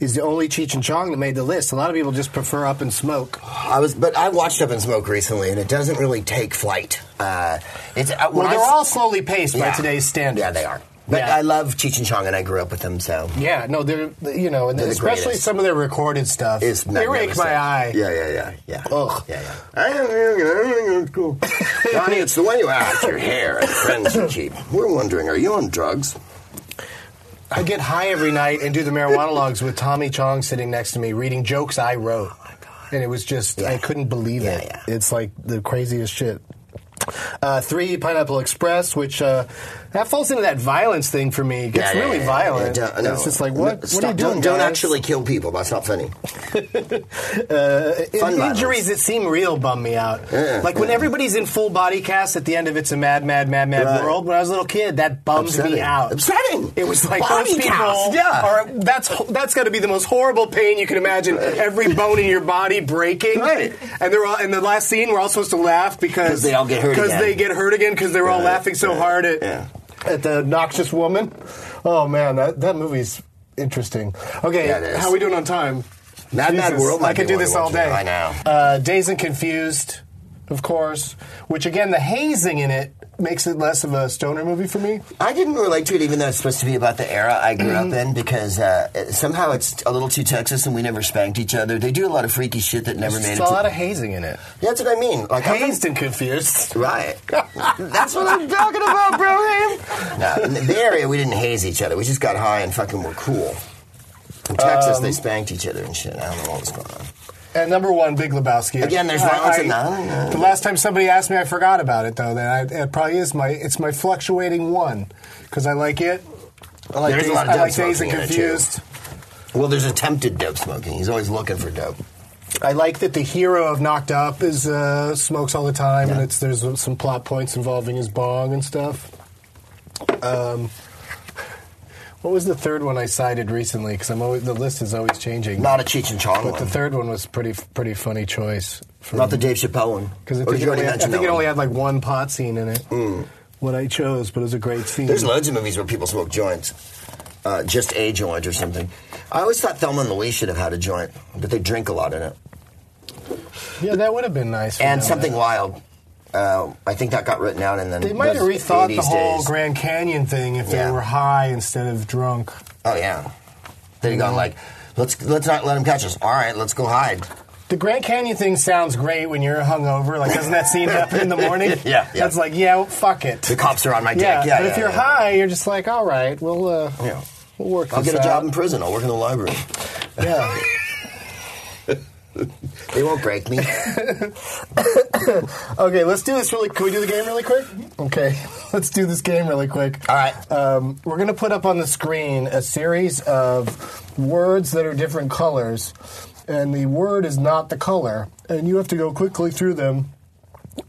S1: is the only Cheech and Chong that made the list. A lot of people just prefer Up and Smoke.
S2: I was, but I watched Up and Smoke recently, and it doesn't really take flight. Uh, it's uh, when
S1: Well,
S2: I
S1: they're
S2: s-
S1: all slowly paced by
S2: Yeah.
S1: today's standards.
S2: Yeah, they are. But
S1: Yeah.
S2: I love Cheech and Chong, and I grew up with them, so
S1: Yeah, no, they're you know, and
S2: They're the
S1: especially
S2: greatest.
S1: some of their recorded stuff.
S2: It's
S1: they rake
S2: magnificent.
S1: my eye.
S2: Yeah, yeah, yeah, yeah.
S1: Ugh.
S2: Yeah, yeah. I don't know, I don't know, it's cool. Johnny, it's the way you act, your hair, and friends you keep. We're wondering, are you on drugs?
S1: I get high every night and do the marijuana logs with Tommy Chong sitting next to me reading jokes
S2: Oh,
S1: I wrote. And it was just I couldn't believe
S2: Yeah,
S1: it.
S2: yeah.
S1: It's like the craziest shit. Uh, three, Pineapple Express, which uh, that falls into that violence thing for me. It gets
S2: Yeah, yeah,
S1: really
S2: yeah, yeah,
S1: violent.
S2: yeah, don't- no.
S1: It's just like, what,
S2: Stop,
S1: what are you doing?
S2: Don't, don't
S1: guys? Uh,
S2: actually kill people. That's not funny.
S1: In-
S2: Fun violence.
S1: injuries that seem real bum me out.
S2: Yeah,
S1: like when
S2: yeah.
S1: everybody's in full body cast at the end of It's a Mad, Mad, Mad, Mad
S2: Right.
S1: World. When I was a little kid, that bummed me
S2: Upsetting.
S1: out.
S2: Upsetting.
S1: It was like
S2: Body
S1: those people.
S2: cast, yeah.
S1: Are, that's that's got to be the most horrible pain you can imagine. Every bone in your body breaking.
S2: Right.
S1: And they're all in the last scene. We're all supposed to laugh because
S2: 'Cause they all get hurt
S1: Because
S2: again.
S1: they get hurt again because they're all
S2: Right,
S1: laughing so
S2: right,
S1: hard at
S2: yeah.
S1: at the noxious woman. Oh man, that that movie's interesting. Okay,
S2: Yeah, it is.
S1: how we doing on time?
S2: Mad Mad
S1: Jesus,
S2: World. might
S1: I could
S2: be
S1: do
S2: one
S1: this
S2: to
S1: all
S2: watch.
S1: day.
S2: I know.
S1: Uh, Days and Confused, of course, which again, the hazing in it makes it less of a stoner movie for me.
S2: I didn't relate to it, even though it's supposed to be about the era I grew up
S1: Mm-hmm.
S2: in, because uh, it- somehow it's a little too Texas, and we never spanked each other. They do a lot of freaky shit that never
S1: There's
S2: made
S1: just
S2: it.
S1: a lot
S2: To,
S1: of hazing in it.
S2: that's what I mean. Like how come-
S1: Hazed and confused.
S2: Right. That's what I'm talking about, bro. No, in the Bay Area, we didn't haze each other. We just got high and fucking were cool. In Texas,
S1: Um,
S2: they spanked each other and shit. I don't know what was going on.
S1: And number one, Big Lebowski.
S2: Again, there's
S1: I-
S2: violence
S1: I-
S2: in that. I don't know.
S1: The last time somebody asked me, I forgot about it though. That I, it probably is my it's my fluctuating one because I like it. I like
S2: There's a
S1: Days,
S2: lot
S1: I
S2: of dope
S1: like Days and
S2: smoking in it, too.
S1: Confused.
S2: Well, there's attempted dope smoking. He's always looking for dope.
S1: I like that the hero of Knocked Up is uh, smokes all the time, and
S2: Yeah.
S1: it's there's some plot points involving his bong and stuff. Um, what was the third one I cited recently? Because I'm always the list is always changing.
S2: Not a Cheech and Chong
S1: but the
S2: one.
S1: third one was pretty pretty funny choice. for-
S2: Not the Dave Chappelle one.
S1: because I
S2: Or
S1: think,
S2: did
S1: it
S2: you already
S1: only, I
S2: mention
S1: think
S2: that
S1: it only
S2: one? Hmm.
S1: had like one pot scene in it. What I chose, but it was a great scene.
S2: There's loads of movies where people smoke joints. Uh, just a joint or something. I always thought Thelma and Louise should have had a joint, but they drink a lot in it.
S1: yeah, that would have been nice. for
S2: and
S1: them.
S2: something wild. Uh, I think that got written out, and then
S1: They might have rethought the whole
S2: days.
S1: Grand Canyon thing if they
S2: Yeah.
S1: were high instead of drunk.
S2: Oh yeah, they'd
S1: Mm-hmm.
S2: have gone like, let's let's not let them catch us. All right, let's go hide.
S1: The Grand Canyon thing sounds great when you're hungover. Like, doesn't that scene happen in the morning?
S2: Yeah, yeah.
S1: That's like, yeah, well, fuck it.
S2: The cops are on my dick.
S1: yeah,
S2: Yeah,
S1: but
S2: yeah,
S1: if you're
S2: yeah.
S1: high, you're just like, all right, we'll uh,
S2: Yeah.
S1: we'll work.
S2: I'll
S1: this
S2: get a job in
S1: out.
S2: prison. I'll work in the library.
S1: yeah.
S2: They won't break me.
S1: okay, let's do this really. Can we do the game really quick?
S2: Mm-hmm.
S1: Okay, let's do this game really quick.
S2: All right.
S1: Um, we're gonna put up on the screen a series of words that are different colors, and the word is not the color, and you have to go quickly through them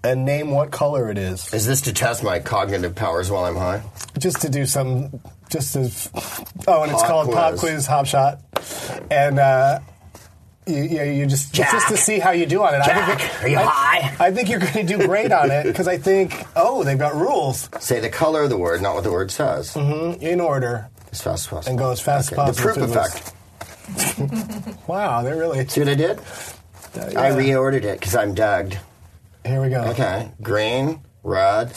S1: and name what color it is.
S2: Is this to test my cognitive powers while I'm high?
S1: just to do some, just to. Oh, and it's
S2: Pop
S1: called Pop
S2: quiz.
S1: Quiz Hop Shot, and uh, you, you, you just
S2: Jack.
S1: just to see how you do on it.
S2: Jack, are you
S1: I,
S2: high?
S1: I think you're going to do great on it because I think oh they've got rules
S2: Say the color of the word, not what the word says.
S1: in order
S2: As fast as possible.
S1: Mm-hmm. and go as fast
S2: Okay.
S1: as possible.
S2: The proof
S1: through this.
S2: effect.
S1: Wow, they're really.
S2: See what I did?
S1: yeah.
S2: I reordered it because I'm Doug.
S1: Here we go.
S2: Okay. Green, red,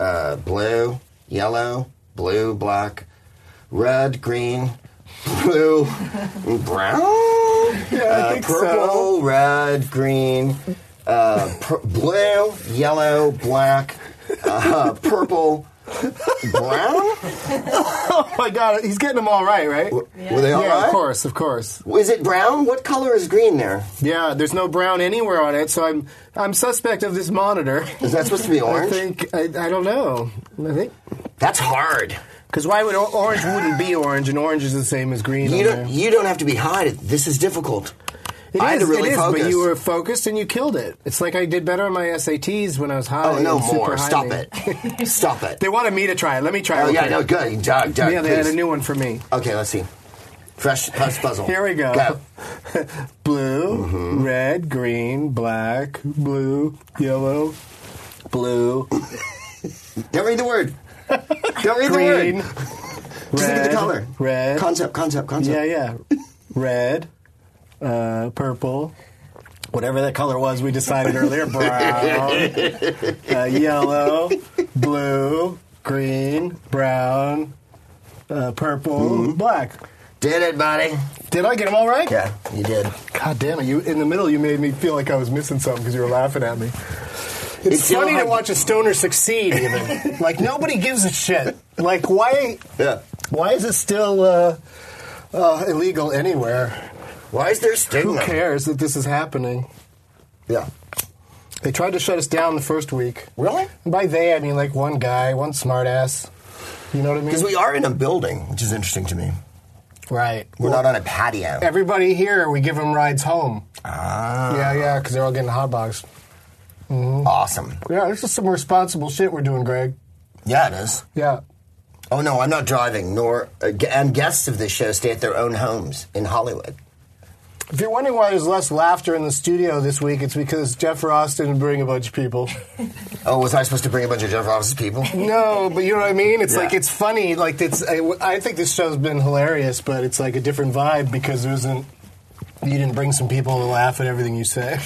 S2: uh, blue, yellow, blue, black, red, green, blue, brown,
S1: Yeah, I
S2: uh,
S1: think so.
S2: purple, red, green, uh, pur- blue, yellow, black, uh, purple, brown.
S1: Oh my God, he's getting them all right, right?
S2: Were they all
S1: yeah,
S2: right?
S1: of course, of course.
S2: Is it brown? What color is green there?
S1: Yeah, there's no brown anywhere on it, so I'm I'm suspect of this monitor.
S2: Is that supposed to be
S1: I
S2: orange?
S1: think I, I don't know. I think
S2: That's hard.
S1: Because why would or- orange wouldn't be orange, and orange is the same as green.
S2: You
S1: on
S2: don't.
S1: there.
S2: You don't have to be high. This is difficult.
S1: It
S2: I had
S1: is,
S2: to really
S1: it is,
S2: focus.
S1: but you were focused and you killed it. It's like I did better on my SATs when I was high.
S2: Oh, no
S1: and super
S2: more.
S1: high
S2: Stop
S1: and-
S2: it. Stop it.
S1: They wanted me to try it. Let me try
S2: Oh,
S1: it.
S2: yeah, no, good. Doug, Doug,
S1: Yeah, they had
S2: please.
S1: a new one for me.
S2: Okay, let's see. Fresh press puzzle.
S1: Here we go. Blue,
S2: Mm-hmm.
S1: red, green, black, blue, yellow, blue,
S2: Don't read the word. Don't read
S1: green,
S2: the word. Just look at
S1: red,
S2: the color.
S1: red.
S2: Concept, concept, concept.
S1: Yeah, yeah. Red, uh, purple, whatever that color was we decided earlier. Brown, uh, yellow, blue, green, brown, uh, purple, black.
S2: Did it, buddy.
S1: Did I get them all right?
S2: Mm-hmm. Yeah, you did.
S1: God damn it! You in the middle, you made me feel like I was missing something because you were laughing at me. It's,
S2: It's so
S1: funny to
S2: hard-
S1: watch a stoner succeed. Even like nobody gives a shit. Like why?
S2: Yeah.
S1: Why is it still uh, uh, illegal anywhere?
S2: Why is there stigma?
S1: Who cares that this is happening?
S2: Yeah.
S1: They tried to shut us down the first week.
S2: Really?
S1: And by they, I mean like one guy, one smartass. You know what I mean?
S2: Because we are in a building, which is interesting to me.
S1: right.
S2: We're not on a patio.
S1: Everybody here, we give them rides home.
S2: Ah,
S1: Yeah, yeah, because they're all getting hot box.
S2: awesome.
S1: Yeah, this is some responsible shit we're doing, Greg.
S2: Yeah, it is.
S1: Yeah.
S2: Oh no, I'm not driving. Nor uh, gu- and guests of this show stay at their own homes in Hollywood.
S1: If you're wondering why there's less laughter in the studio this week, it's because Jeff Ross didn't bring a bunch of people.
S2: Oh, was I supposed to bring a bunch of Jeff Ross's people?
S1: no, but you know what I mean? It's
S2: Yeah.
S1: like, it's funny. Like, it's, I, I think this show's been hilarious, but it's like a different vibe because there isn't, you didn't bring some people to laugh at everything you say.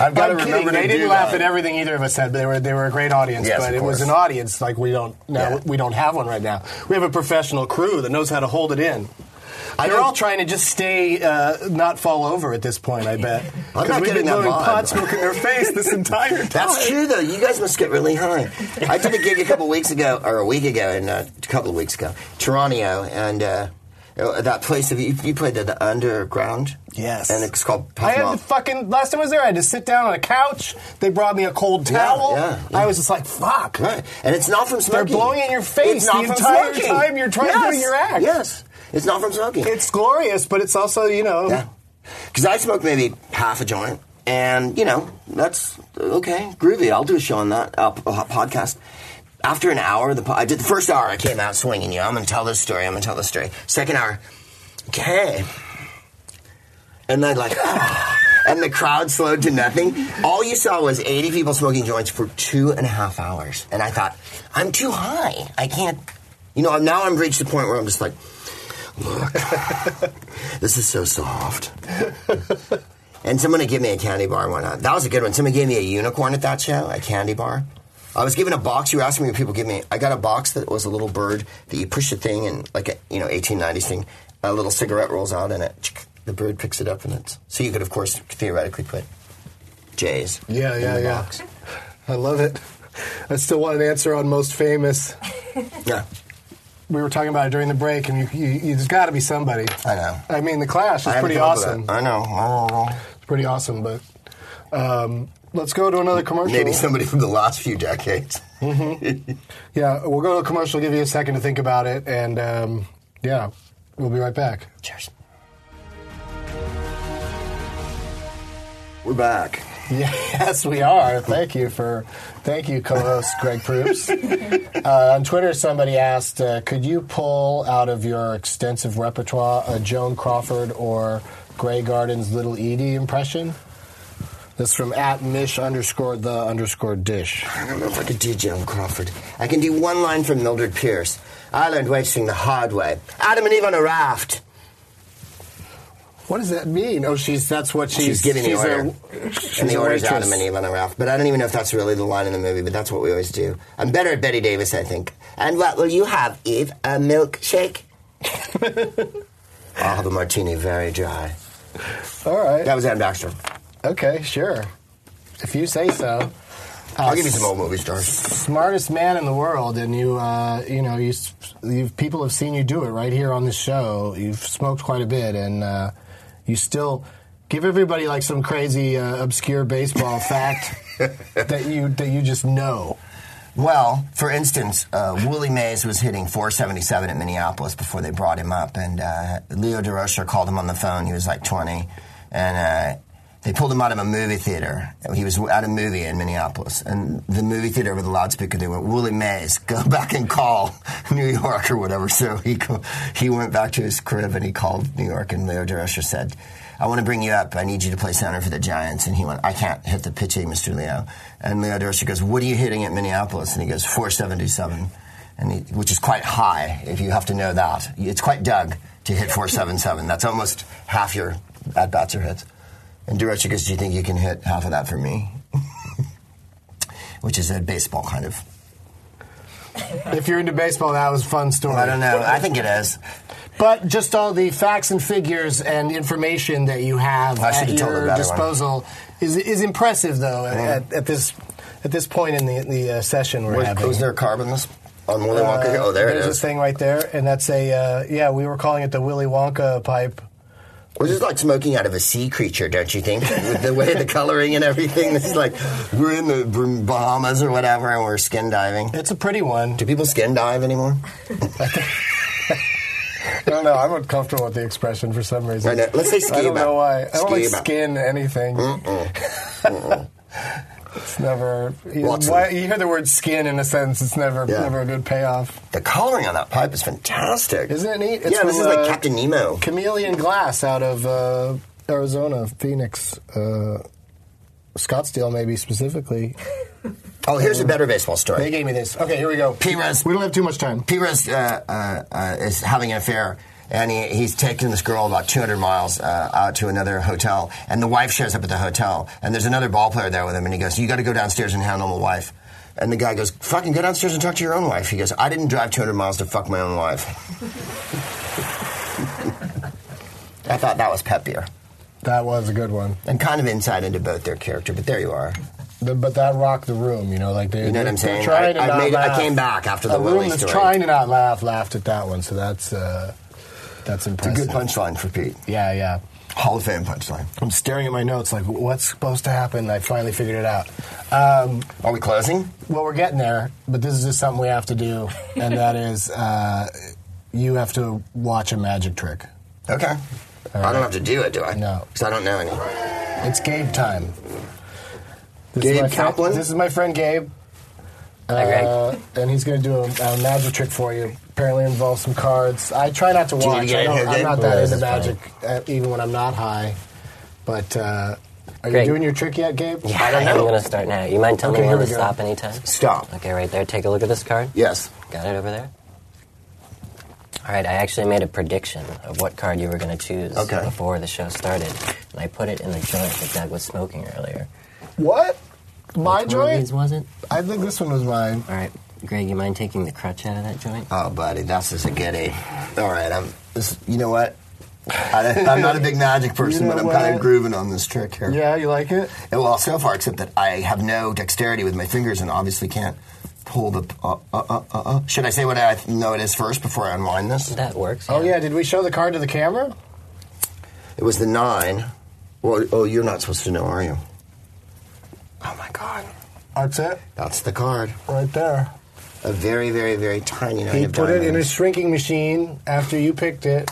S2: I've got to
S1: I'm
S2: remember
S1: kidding. They
S2: to
S1: didn't
S2: do
S1: laugh
S2: that.
S1: at everything either of us said. They were they were a great audience,
S2: Yes,
S1: but
S2: of
S1: it was
S2: course.
S1: an audience like we don't now
S2: Yeah.
S1: we don't have one right now. We have a professional crew that knows how to hold it in. They're
S2: don't-
S1: all trying to just stay, uh, not fall over at this point. I bet.
S2: I'm not
S1: Because we've
S2: getting
S1: been
S2: that
S1: blowing
S2: vibe.
S1: pot smoke in their face this entire time.
S2: That's true, though. You guys must get really high. I did a gig a couple weeks ago, or a week ago, and uh, a couple of weeks ago, Toronto, and uh, uh, that place. Have you, you played at the Underground?
S1: Yes.
S2: And it's called
S1: I
S2: Puff
S1: had
S2: Mop.
S1: to fucking last time I was there. I had to sit down on a couch. They brought me a cold towel.
S2: yeah, yeah.
S1: I was just like, "Fuck!"
S2: Right. And it's not from
S1: They're
S2: smoking.
S1: blowing in your face
S2: It's not
S1: the
S2: from
S1: entire
S2: smoking.
S1: time you're trying to
S2: yes.
S1: do your act.
S2: Yes. It's not from smoking.
S1: It's glorious, but it's also you know
S2: Yeah. Because I smoke maybe half a joint, and you know that's okay, groovy. I'll do a show on that uh, p- uh, podcast. After an hour, the po- I did the first hour. I came out swinging. You know, I'm gonna tell this story. I'm gonna tell this story. Second hour, okay, and then like. "Ah." And the crowd slowed to nothing. All you saw was 80 people smoking joints for two and a half hours. And I thought, I'm too high. I can't. You know, now I've reached the point where I'm just like, look, this is so soft. and someone had given me a candy bar and whatnot. That was a good one. Someone gave me a unicorn at that show, a candy bar. I was given a box. You were asking me if people give me. I got a box that was a little bird that you push a thing and like a you know 1890s thing. A little cigarette rolls out and it chick, the bird picks it up and it's so you could of course theoretically put J's.
S1: Yeah,
S2: in
S1: yeah,
S2: the
S1: yeah.
S2: Box.
S1: I love it. I still want an answer on most famous.
S2: Yeah,
S1: We were talking about it during the break, and you, you, you, there's got to be somebody.
S2: I know.
S1: I mean, the Clash is
S2: I haven't
S1: pretty
S2: come up with
S1: awesome.
S2: that. I know. I don't know.
S1: It's pretty awesome, but um, let's go to another commercial.
S2: Maybe somebody from the last few decades.
S1: Yeah, we'll go to a commercial. Give you a second to think about it, and um, yeah, we'll be right back.
S2: Cheers. We're back.
S1: Yes, we are. Thank you for, thank you, co-host Greg Proops. uh, on Twitter, somebody asked, uh, could you pull out of your extensive repertoire a Joan Crawford or Grey Garden's Little Edie impression? This from at Mish underscore the underscore dish.
S2: I don't know if I could do Joan Crawford. I can do one line from Mildred Pierce. I learned waitressing the hard way. Adam and Eve on a raft.
S1: What does that mean? Oh, she's that's what she's,
S2: She's, giving the
S1: she's a-
S2: order.
S1: she's
S2: and the
S1: a
S2: order's
S1: waitress.
S2: Adam and Eve on a raft. But I don't even know if that's really the line in the movie, but that's what we always do. I'm better at Betty Davis, I think. And what will you have, Eve? A milkshake? I'll have a martini very dry.
S1: All right.
S2: That was Ann Baxter.
S1: Okay. Sure. If you say so.
S2: I'll give you some old movie stars.
S1: smartest man in the world, and you, uh, you know, you, s- you've people have seen you do it right here on this show. You've smoked quite a bit, and uh, you still give everybody like some crazy uh, obscure baseball fact that you that you just know.
S2: Well, for instance, uh, Willie Mays was hitting 477 at Minneapolis before they brought him up, and uh, Leo DeRocher called him on the phone. He was like 20, and uh, they pulled him out of a movie theater. He was at a movie in Minneapolis, and the movie theater over the loudspeaker, they went, Willie Mays, go back and call New York or whatever. So he, co- he went back to his crib and he called New York, and Leo DeRocher said, I want to bring you up. I need you to play center for the Giants. And he went, I can't hit the pitching, Mr. Leo. And Leo DeRocher goes, What are you hitting at Minneapolis? And he goes, 477, and he, which is quite high if you have to know that. It's quite Doug to hit 477. That's almost half your at bats or hits. And DeRocher goes, Do you think you can hit half of that for me? which is a baseball kind of.
S1: If you're into baseball, that was a fun story.
S2: I don't know. I think it is.
S1: But just all the facts and figures and information that you have
S2: I
S1: at
S2: should've told her
S1: your
S2: about it.
S1: disposal is is impressive, though. At, at this at this point in the the uh, session we're
S2: Was,
S1: having.
S2: was there a carb in this? On Willy
S1: Uh,
S2: Wonka? oh, there it
S1: there's
S2: is.
S1: a thing right there, and that's a uh, yeah. We were calling it the Willy Wonka pipe.
S2: This is like smoking out of a sea creature, don't you think? With the way the coloring and everything. This is like we're in the Bahamas or whatever, and we're skin diving.
S1: It's a pretty one.
S2: Do people skin dive anymore?
S1: I don't know. I'm uncomfortable with the expression for some reason.
S2: I know. Let's say
S1: I don't
S2: skiba.
S1: know why. I don't like
S2: Skiba.
S1: skin anything. it's never. You,
S2: Watson.
S1: why, you hear the word skin in a sentence. It's never
S2: Yeah.
S1: never a good payoff.
S2: The coloring on that pipe is fantastic.
S1: Isn't it neat? It's
S2: yeah, this
S1: from,
S2: is like
S1: uh,
S2: Captain Nemo.
S1: Chameleon Glass out of uh, Arizona, Phoenix, uh, Scottsdale, maybe specifically.
S2: Oh, here's a better baseball
S1: They
S2: story.
S1: gave me this. Okay, here we go.
S2: Perez.
S1: We don't have too much time.
S2: Perez uh, uh, uh, is having an affair, and he, he's taking this girl about 200 miles uh, out to another hotel. And the wife shows up at the hotel, and there's another ball player there with him, and he goes, "You got to go downstairs and handle my wife." And the guy goes, "Fucking go downstairs and talk to your own wife." He goes, "I didn't drive 200 miles to fuck my own wife." I thought that was peppier
S1: That was a good one.
S2: and kind of insight into both their character, but there you are.
S1: The- but that rocked the room, you know, like they.
S2: You know what I'm
S1: they're
S2: saying?
S1: Trying to
S2: I- I
S1: not
S2: made- I
S1: laugh.
S2: came back after the
S1: a
S2: Willie
S1: room that's
S2: story.
S1: trying to not laugh laughed at that one, so that's uh, that's
S2: It's a
S1: impressive.
S2: good punchline for Pete.
S1: Yeah, yeah.
S2: Hall of Fame punchline.
S1: I'm staring at my notes, like, what's supposed to happen? I finally figured it out. Um,
S2: Are we closing?
S1: well, we're getting there, but this is just something we have to do, and that is uh, you have to watch a magic trick.
S2: Okay. I don't have to do it, do I?
S1: No.
S2: Because I don't know any.
S1: It's Gabe time. This
S2: Gabe
S1: is my fri-
S2: Kaplan?
S1: this is my friend Gabe. Uh,
S2: Hi, Greg.
S1: and he's going to do a, a magic trick for you. Apparently involves some cards. I try not to
S2: you need to
S1: watch.
S2: get
S1: I
S2: in here,
S1: am
S2: Gabe?
S1: not that
S2: Yeah,
S1: into
S2: this is
S1: magic, uh, even when I'm not high. But uh, are
S3: Greg.
S1: you doing your trick yet, Gabe?
S3: Yeah, I am going to start now. You mind telling
S1: Okay,
S3: me
S1: here
S3: when to
S1: we go.
S3: stop anytime?
S2: Stop.
S3: Okay, right there. Take a look at this card.
S2: Yes.
S3: Got it over there? All right, I actually made a prediction of what card you were going to choose
S2: Okay.
S3: before the show started, and I put it in the joint that Doug was smoking earlier.
S1: What? My
S3: Which one of
S1: joint?
S3: these was it?
S1: I think this one was mine.
S3: All right, Greg, you mind taking the crutch out of that joint?
S2: Oh, buddy, that's just a goodie. All right, I'm. This, you know what? I, I'm not a big magic person,
S1: You know
S2: but I'm kind
S1: what?
S2: of grooving on this trick here.
S1: Yeah, you like it?
S2: And well, so far, except that I have no dexterity with my fingers and obviously can't pull the. Uh, uh, uh, uh, uh. Should I say what I know it is first before I unwind this?
S3: That works.
S1: Oh yeah. Did we show the card to the camera?
S2: It was the nine. Well, oh, you're not supposed to know, are you? Oh my God,
S1: That's it,
S2: that's the card.
S1: right there.
S2: A very, very, very tiny nine
S1: He
S2: of
S1: put it in a
S2: diamonds.
S1: shrinking machine after you picked it.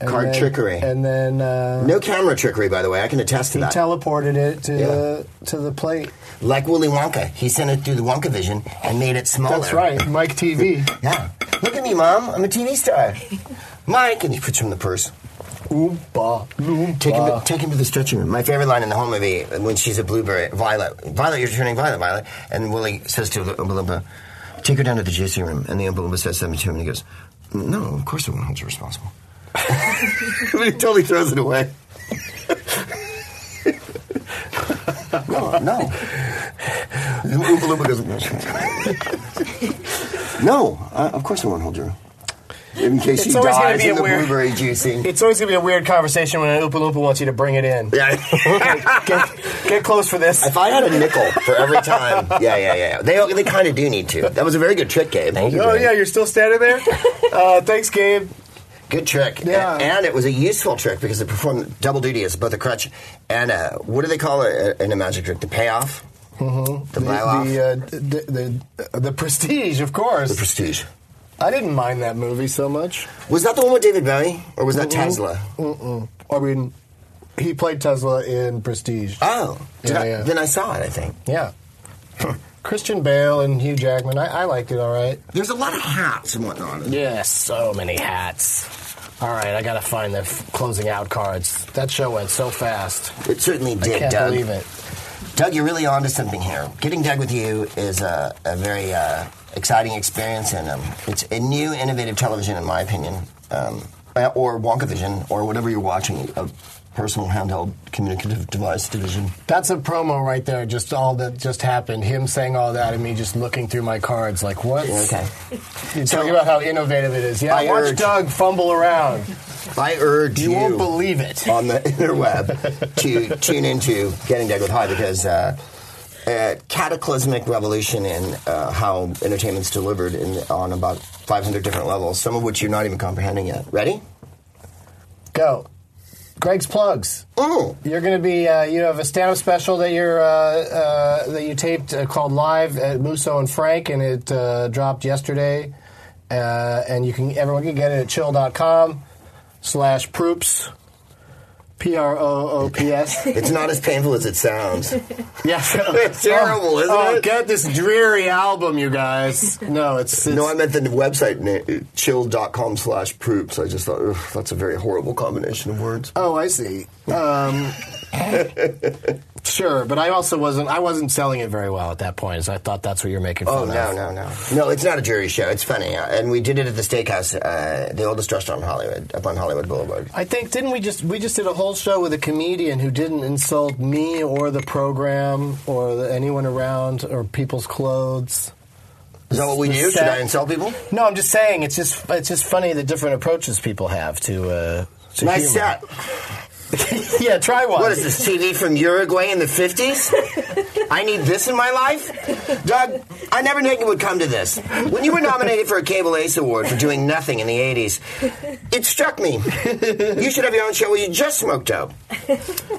S1: And
S2: Card
S1: then-
S2: trickery.
S1: And then uh,
S2: No camera trickery, by the way. I can attest to
S1: he
S2: that.
S1: teleported it to to the plate.
S2: like Willy Wonka, he sent it through the Wonka vision and made it smaller.
S1: That's right, Mike TV.
S2: Yeah. Look at me, Mom. I'm a TV star. Mike, and he puts him in the purse.
S1: Oompa loompa.
S2: Take him, to, take him to the stretching room. My favorite line in the whole movie when she's a blueberry, Violet. Violet, you're turning violet, Violet. And Willie says to Oompa Loompa, take her down to the juicing room. And the Oompa Loompa says something to him, and he goes, no, of course I won't hold you responsible. but he totally throws it away. no, no. And Oompa Loompa goes, no, uh, of course I won't hold you. In case
S1: It's
S2: she
S1: always gonna
S2: dies
S1: be a
S2: in the
S1: weird-
S2: blueberry juicing.
S1: It's always gonna be a weird conversation when an Oompa Loompa wants you to bring it in.
S2: yeah.
S1: Get, get close for this.
S2: If I had a nickel for every time, yeah, yeah, yeah. They they kind of do need to. That was a very good trick, Gabe.
S3: Thank you.
S1: Oh
S3: Greg.
S1: yeah, you're still standing there. Uh, thanks, Gabe.
S2: Good trick.
S1: Yeah.
S2: A- And it was a useful trick because it performed double duty as both a crutch and a what do they call it in a magic trick? The payoff, mm-hmm.
S1: The
S2: the blow off,
S1: the, uh, the, the, the prestige, of
S2: the
S1: course.
S2: prestige.
S1: I didn't mind that movie so much.
S2: Was that the one with David Bowie or was
S1: Mm-hmm.
S2: that Tesla?
S1: Mm-mm. I mean, he played Tesla in Prestige.
S2: Oh, did
S1: Yeah,
S2: I,
S1: yeah.
S2: then I saw it. I think
S1: Yeah. Christian Bale and Hugh Jackman. I, I liked it all right.
S2: there's a lot of hats and whatnot.
S1: Yeah, so many hats. All right, I gotta find the f- closing out cards. That show went so fast.
S2: It certainly did.
S1: I can't
S2: Doug.
S1: believe it.
S2: Doug, you're really onto something here. Getting Doug with you is a, a very uh, exciting experience, and um, it's a new, innovative television, in my opinion, um, uh, or Wonkavision, or whatever you're watching, a personal handheld communicative device division.
S1: That's a promo right there. Just all that just happened. Him saying all that, and me just looking through my cards like, what?
S2: Okay.
S1: You're talking about how innovative it is. Yeah,
S2: I
S1: watch
S2: urge-
S1: Doug fumble around.
S2: I urge
S1: You,
S2: you,
S1: won't believe it.
S2: on the interweb to tune into Getting Doug with High because uh, a cataclysmic revolution in uh, how entertainment's delivered in, on about 500 different levels, some of which you're not even comprehending yet. Ready?
S1: Go. Greg's plugs.
S2: Oh,
S1: You're going to be. Uh, you have a stand-up special that you're uh, uh, that you taped uh, called Live at Musso and Frank, and it uh, dropped yesterday. Uh, and you can everyone can get it at chill.com slash proops. P R O O P S.
S2: it's not as painful as it sounds.
S1: Yeah,
S2: It's terrible,
S1: oh,
S2: isn't
S1: oh,
S2: it?
S1: Get this dreary album, you guys. No, it's, it's
S2: No, I meant the website name, chill.com slash proops. I just thought, "Ugh, that's a very horrible combination of words.
S1: Oh, I see. Um, sure, but I also wasn't. I wasn't selling it very well at that point. So I thought that's what you're making
S2: Oh,
S1: fun
S2: no,
S1: of.
S2: no, no. No, it's not a jury show. It's funny. Uh, And we did it at the steakhouse, uh, the oldest restaurant in Hollywood, up on Hollywood Boulevard.
S1: I think didn't we just we just did a whole show with a comedian who didn't insult me or the program or the, anyone around or people's clothes.
S2: Is that what we
S1: The
S2: do? Should
S1: set-
S2: I insult people?
S1: No, I'm just saying it's just it's just funny the different approaches people have to. Uh, to
S2: Nice
S1: humor.
S2: set.
S1: yeah, try one.
S2: What is this TV from Uruguay in the 50s? I need this in my life? Doug, I never knew it would come to this. When you were nominated for a Cable Ace Award for doing nothing in the 80s, it struck me. You should have your own show where you just smoke dope.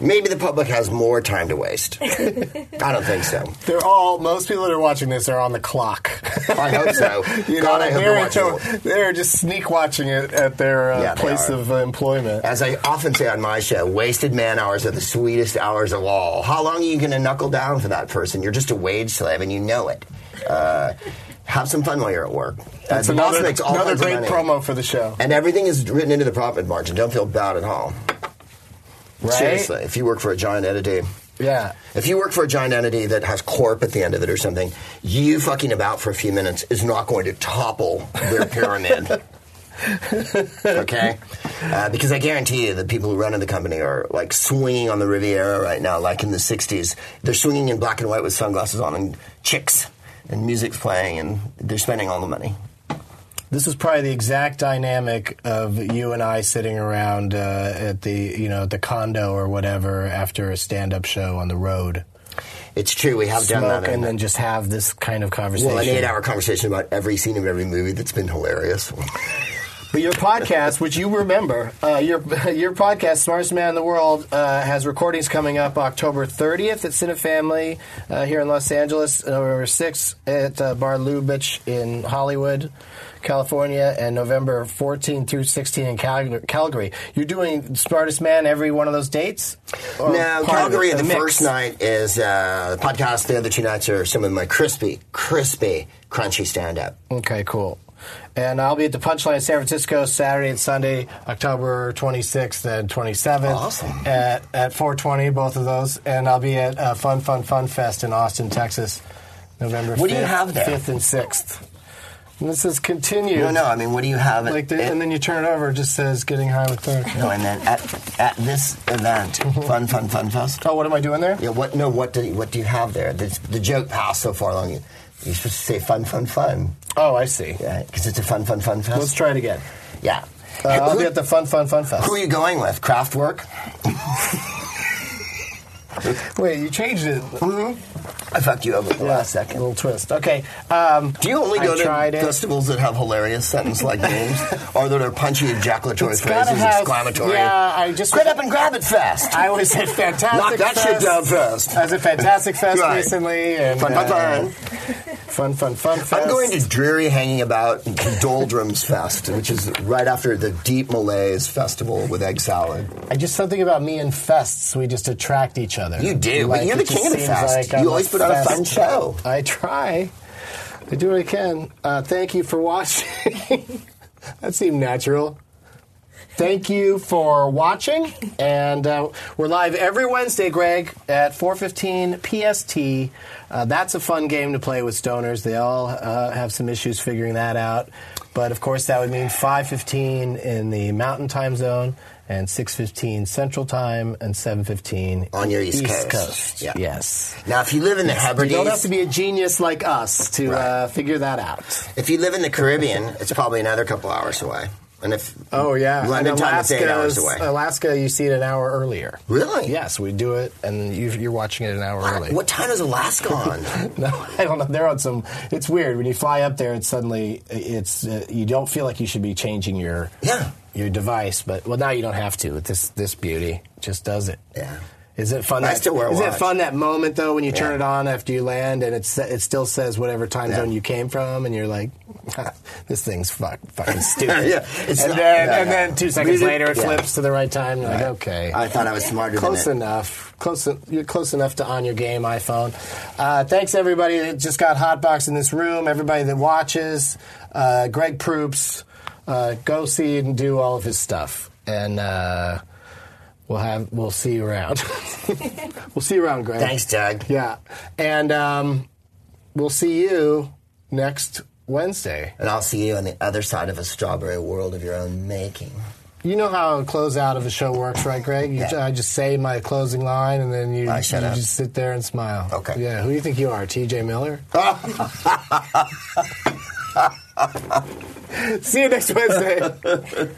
S2: Maybe the public has more time to waste. I don't think so.
S1: They're all most people that are watching this are on the clock.
S2: I hope so.
S1: You
S2: God,
S1: know,
S2: I hope
S1: they're,
S2: you're watching
S1: into-
S2: it.
S1: they're just sneak watching it at their uh,
S2: Yeah, they
S1: place
S2: are.
S1: of uh, employment.
S2: As I often say on my show, wasted man hours are the sweetest hours of all. How long are you going to knuckle down for that person? You're just a wage slave, and you know it. Uh, have some fun while you're at work. Uh,
S1: That's
S2: the boss
S1: another,
S2: makes all
S1: another
S2: kinds of
S1: great
S2: money.
S1: promo for the show.
S2: and everything is written into the profit margin. Don't feel bad at all.
S1: Right?
S2: Seriously, if you work for a giant entity.
S1: Yeah.
S2: If you work for a giant entity that has corp at the end of it or something, you fucking about for a few minutes is not going to topple their pyramid. okay? Uh, because I guarantee you the people who run in the company are like swinging on the Riviera right now, like in the 60s. They're swinging in black and white with sunglasses on and chicks and music's playing and they're spending all the money.
S1: This is probably the exact dynamic of you and I sitting around uh, at the, you know, at the condo or whatever after a stand-up show on the road.
S2: It's true, we have done
S1: Smoke
S2: that.
S1: and then just have this kind of conversation.
S2: well, an eight hour conversation about every scene of every movie that's been hilarious.
S1: But your podcast, which you remember, uh, your your podcast, Smartest Man in the World, uh, has recordings coming up October 30th at Cinefamily uh, here in Los Angeles, November 6th at uh, Bar Lubitsch in Hollywood, California, and November 14 through 16 in Cal- Calgary. You're doing Smartest Man every one of those dates? Or part
S2: No,
S1: of
S2: Calgary
S1: it,
S2: the
S1: a mix?
S2: first night is uh, the podcast. The other two nights are some of my crispy, crispy, crunchy stand up.
S1: Okay, cool. And I'll be at the Punchline in San Francisco Saturday and Sunday, October 26th and 27th.
S2: Awesome.
S1: At, at 420, both of those. And I'll be at uh, Fun Fun Fun Fest in Austin, Texas, November
S2: What
S1: 5th,
S2: do you have there?
S1: 5th and 6th. And this is continued.
S2: No, no, I mean, what do you have? at-
S1: Like the,
S2: at-
S1: and then you turn it over, it just says getting high with Third.
S2: no, and then at, at this event, fun, fun, fun fest.
S1: Mm-hmm. Oh, what am I doing there?
S2: Yeah, what? No, what do you, what do you have there? The, the joke passed so far along. You, you're supposed to say fun, fun, fun,
S1: Oh, I see.
S2: because it's a fun, fun, fun fest.
S1: Let's try it again.
S2: Yeah.
S1: Uh, I'll
S2: who,
S1: be at the Fun Fun Fun Fest.
S2: who are you going with? Kraftwerk.
S1: Wait, you changed it.
S2: I fucked you over at the last
S1: A
S2: second.
S1: little twist. Okay. Um,
S2: Do you only
S1: I
S2: go to
S1: tried it.
S2: festivals that have hilarious sentence like names, or that are punchy ejaculatory
S1: It's gotta
S2: phrases,
S1: have-
S2: exclamatory?
S1: yeah, I just-
S2: Get up and grab it fast.
S1: I was at Fantastic
S2: Knock that
S1: Fest.
S2: shit down fast.
S1: I was at Fantastic Fest
S2: Right.
S1: recently, and
S2: Fun, fun,
S1: uh,
S2: fun.
S1: fun, fun, fun fest.
S2: I'm going to Dreary Hanging About Doldrums Fest, which is right after the Deep Malaise Festival with egg salad.
S1: I just something about me and fests. We just attract each other.
S2: You do, but
S1: Like,
S2: you're the
S1: it just
S2: king of the
S1: seems
S2: fest.
S1: like
S2: You
S1: I'm
S2: always put on a
S1: fest.
S2: fun show.
S1: I try. I do what I can. Uh, thank you for watching. that seemed natural. Thank you for watching, and uh, we're live every Wednesday, Greg, at 4:15 PST. Uh, that's a fun game to play with stoners. They all uh, have some issues figuring that out, but of course that would mean 5:15 in the Mountain Time Zone, and 6:15 Central Time, and 7:15
S2: On your East Coast. Yeah.
S1: Yes,
S2: Now, if you live in the
S1: you
S2: Hebrides,
S1: don't have to be a genius like us to uh,
S2: Right.
S1: figure that out.
S2: if you live in the Caribbean, it's probably another couple hours away. And if
S1: Oh yeah,
S2: London
S1: And
S2: time is eight hours
S1: Alaska's-
S2: away.
S1: Alaska, you see it an hour earlier.
S2: Really?
S1: Yes, we do it, and you, you're watching it an hour early.
S2: What time is Alaska on?
S1: No, I don't know. They're on some. It's weird when you fly up there. It's suddenly it's uh, you don't feel like you should be changing your
S2: Yeah.
S1: your device, but well, now you don't have to. This this beauty just does it.
S2: Yeah.
S1: Is it fun?
S2: I
S1: That,
S2: still wear a
S1: is it
S2: watch.
S1: fun that moment though when you turn
S2: Yeah.
S1: it on after you land and it's it still says whatever time
S2: Yeah.
S1: zone you came from and you're like, this thing's fuck, fucking stupid.
S2: Yeah, it's
S1: and
S2: not-
S1: then
S2: yeah,
S1: and
S2: yeah.
S1: then two seconds
S2: Really?
S1: later it
S2: Yeah.
S1: flips to the right time. And you're like,
S2: Right.
S1: okay,
S2: I thought I was smarter
S1: close
S2: than it.
S1: enough. Close, en- you're close enough to on your game iPhone. Uh, thanks everybody that just got hotbox in this room. Everybody that watches, uh, Greg Proops, uh, go see and do all of his stuff, and uh, we'll have we'll see you around. we'll see you around, Greg.
S2: Thanks, Doug.
S1: Yeah, and um, we'll see you next Wednesday.
S2: And I'll see you on the other side of a strawberry world of your own making.
S1: You know how a closeout of a show works, right, Greg? You,
S2: Yeah.
S1: I just say my closing line, and then you,
S2: I shut
S1: you
S2: up.
S1: just sit there and smile.
S2: Okay.
S1: Yeah. Who do you think you are, T.J. Miller? See you next Wednesday.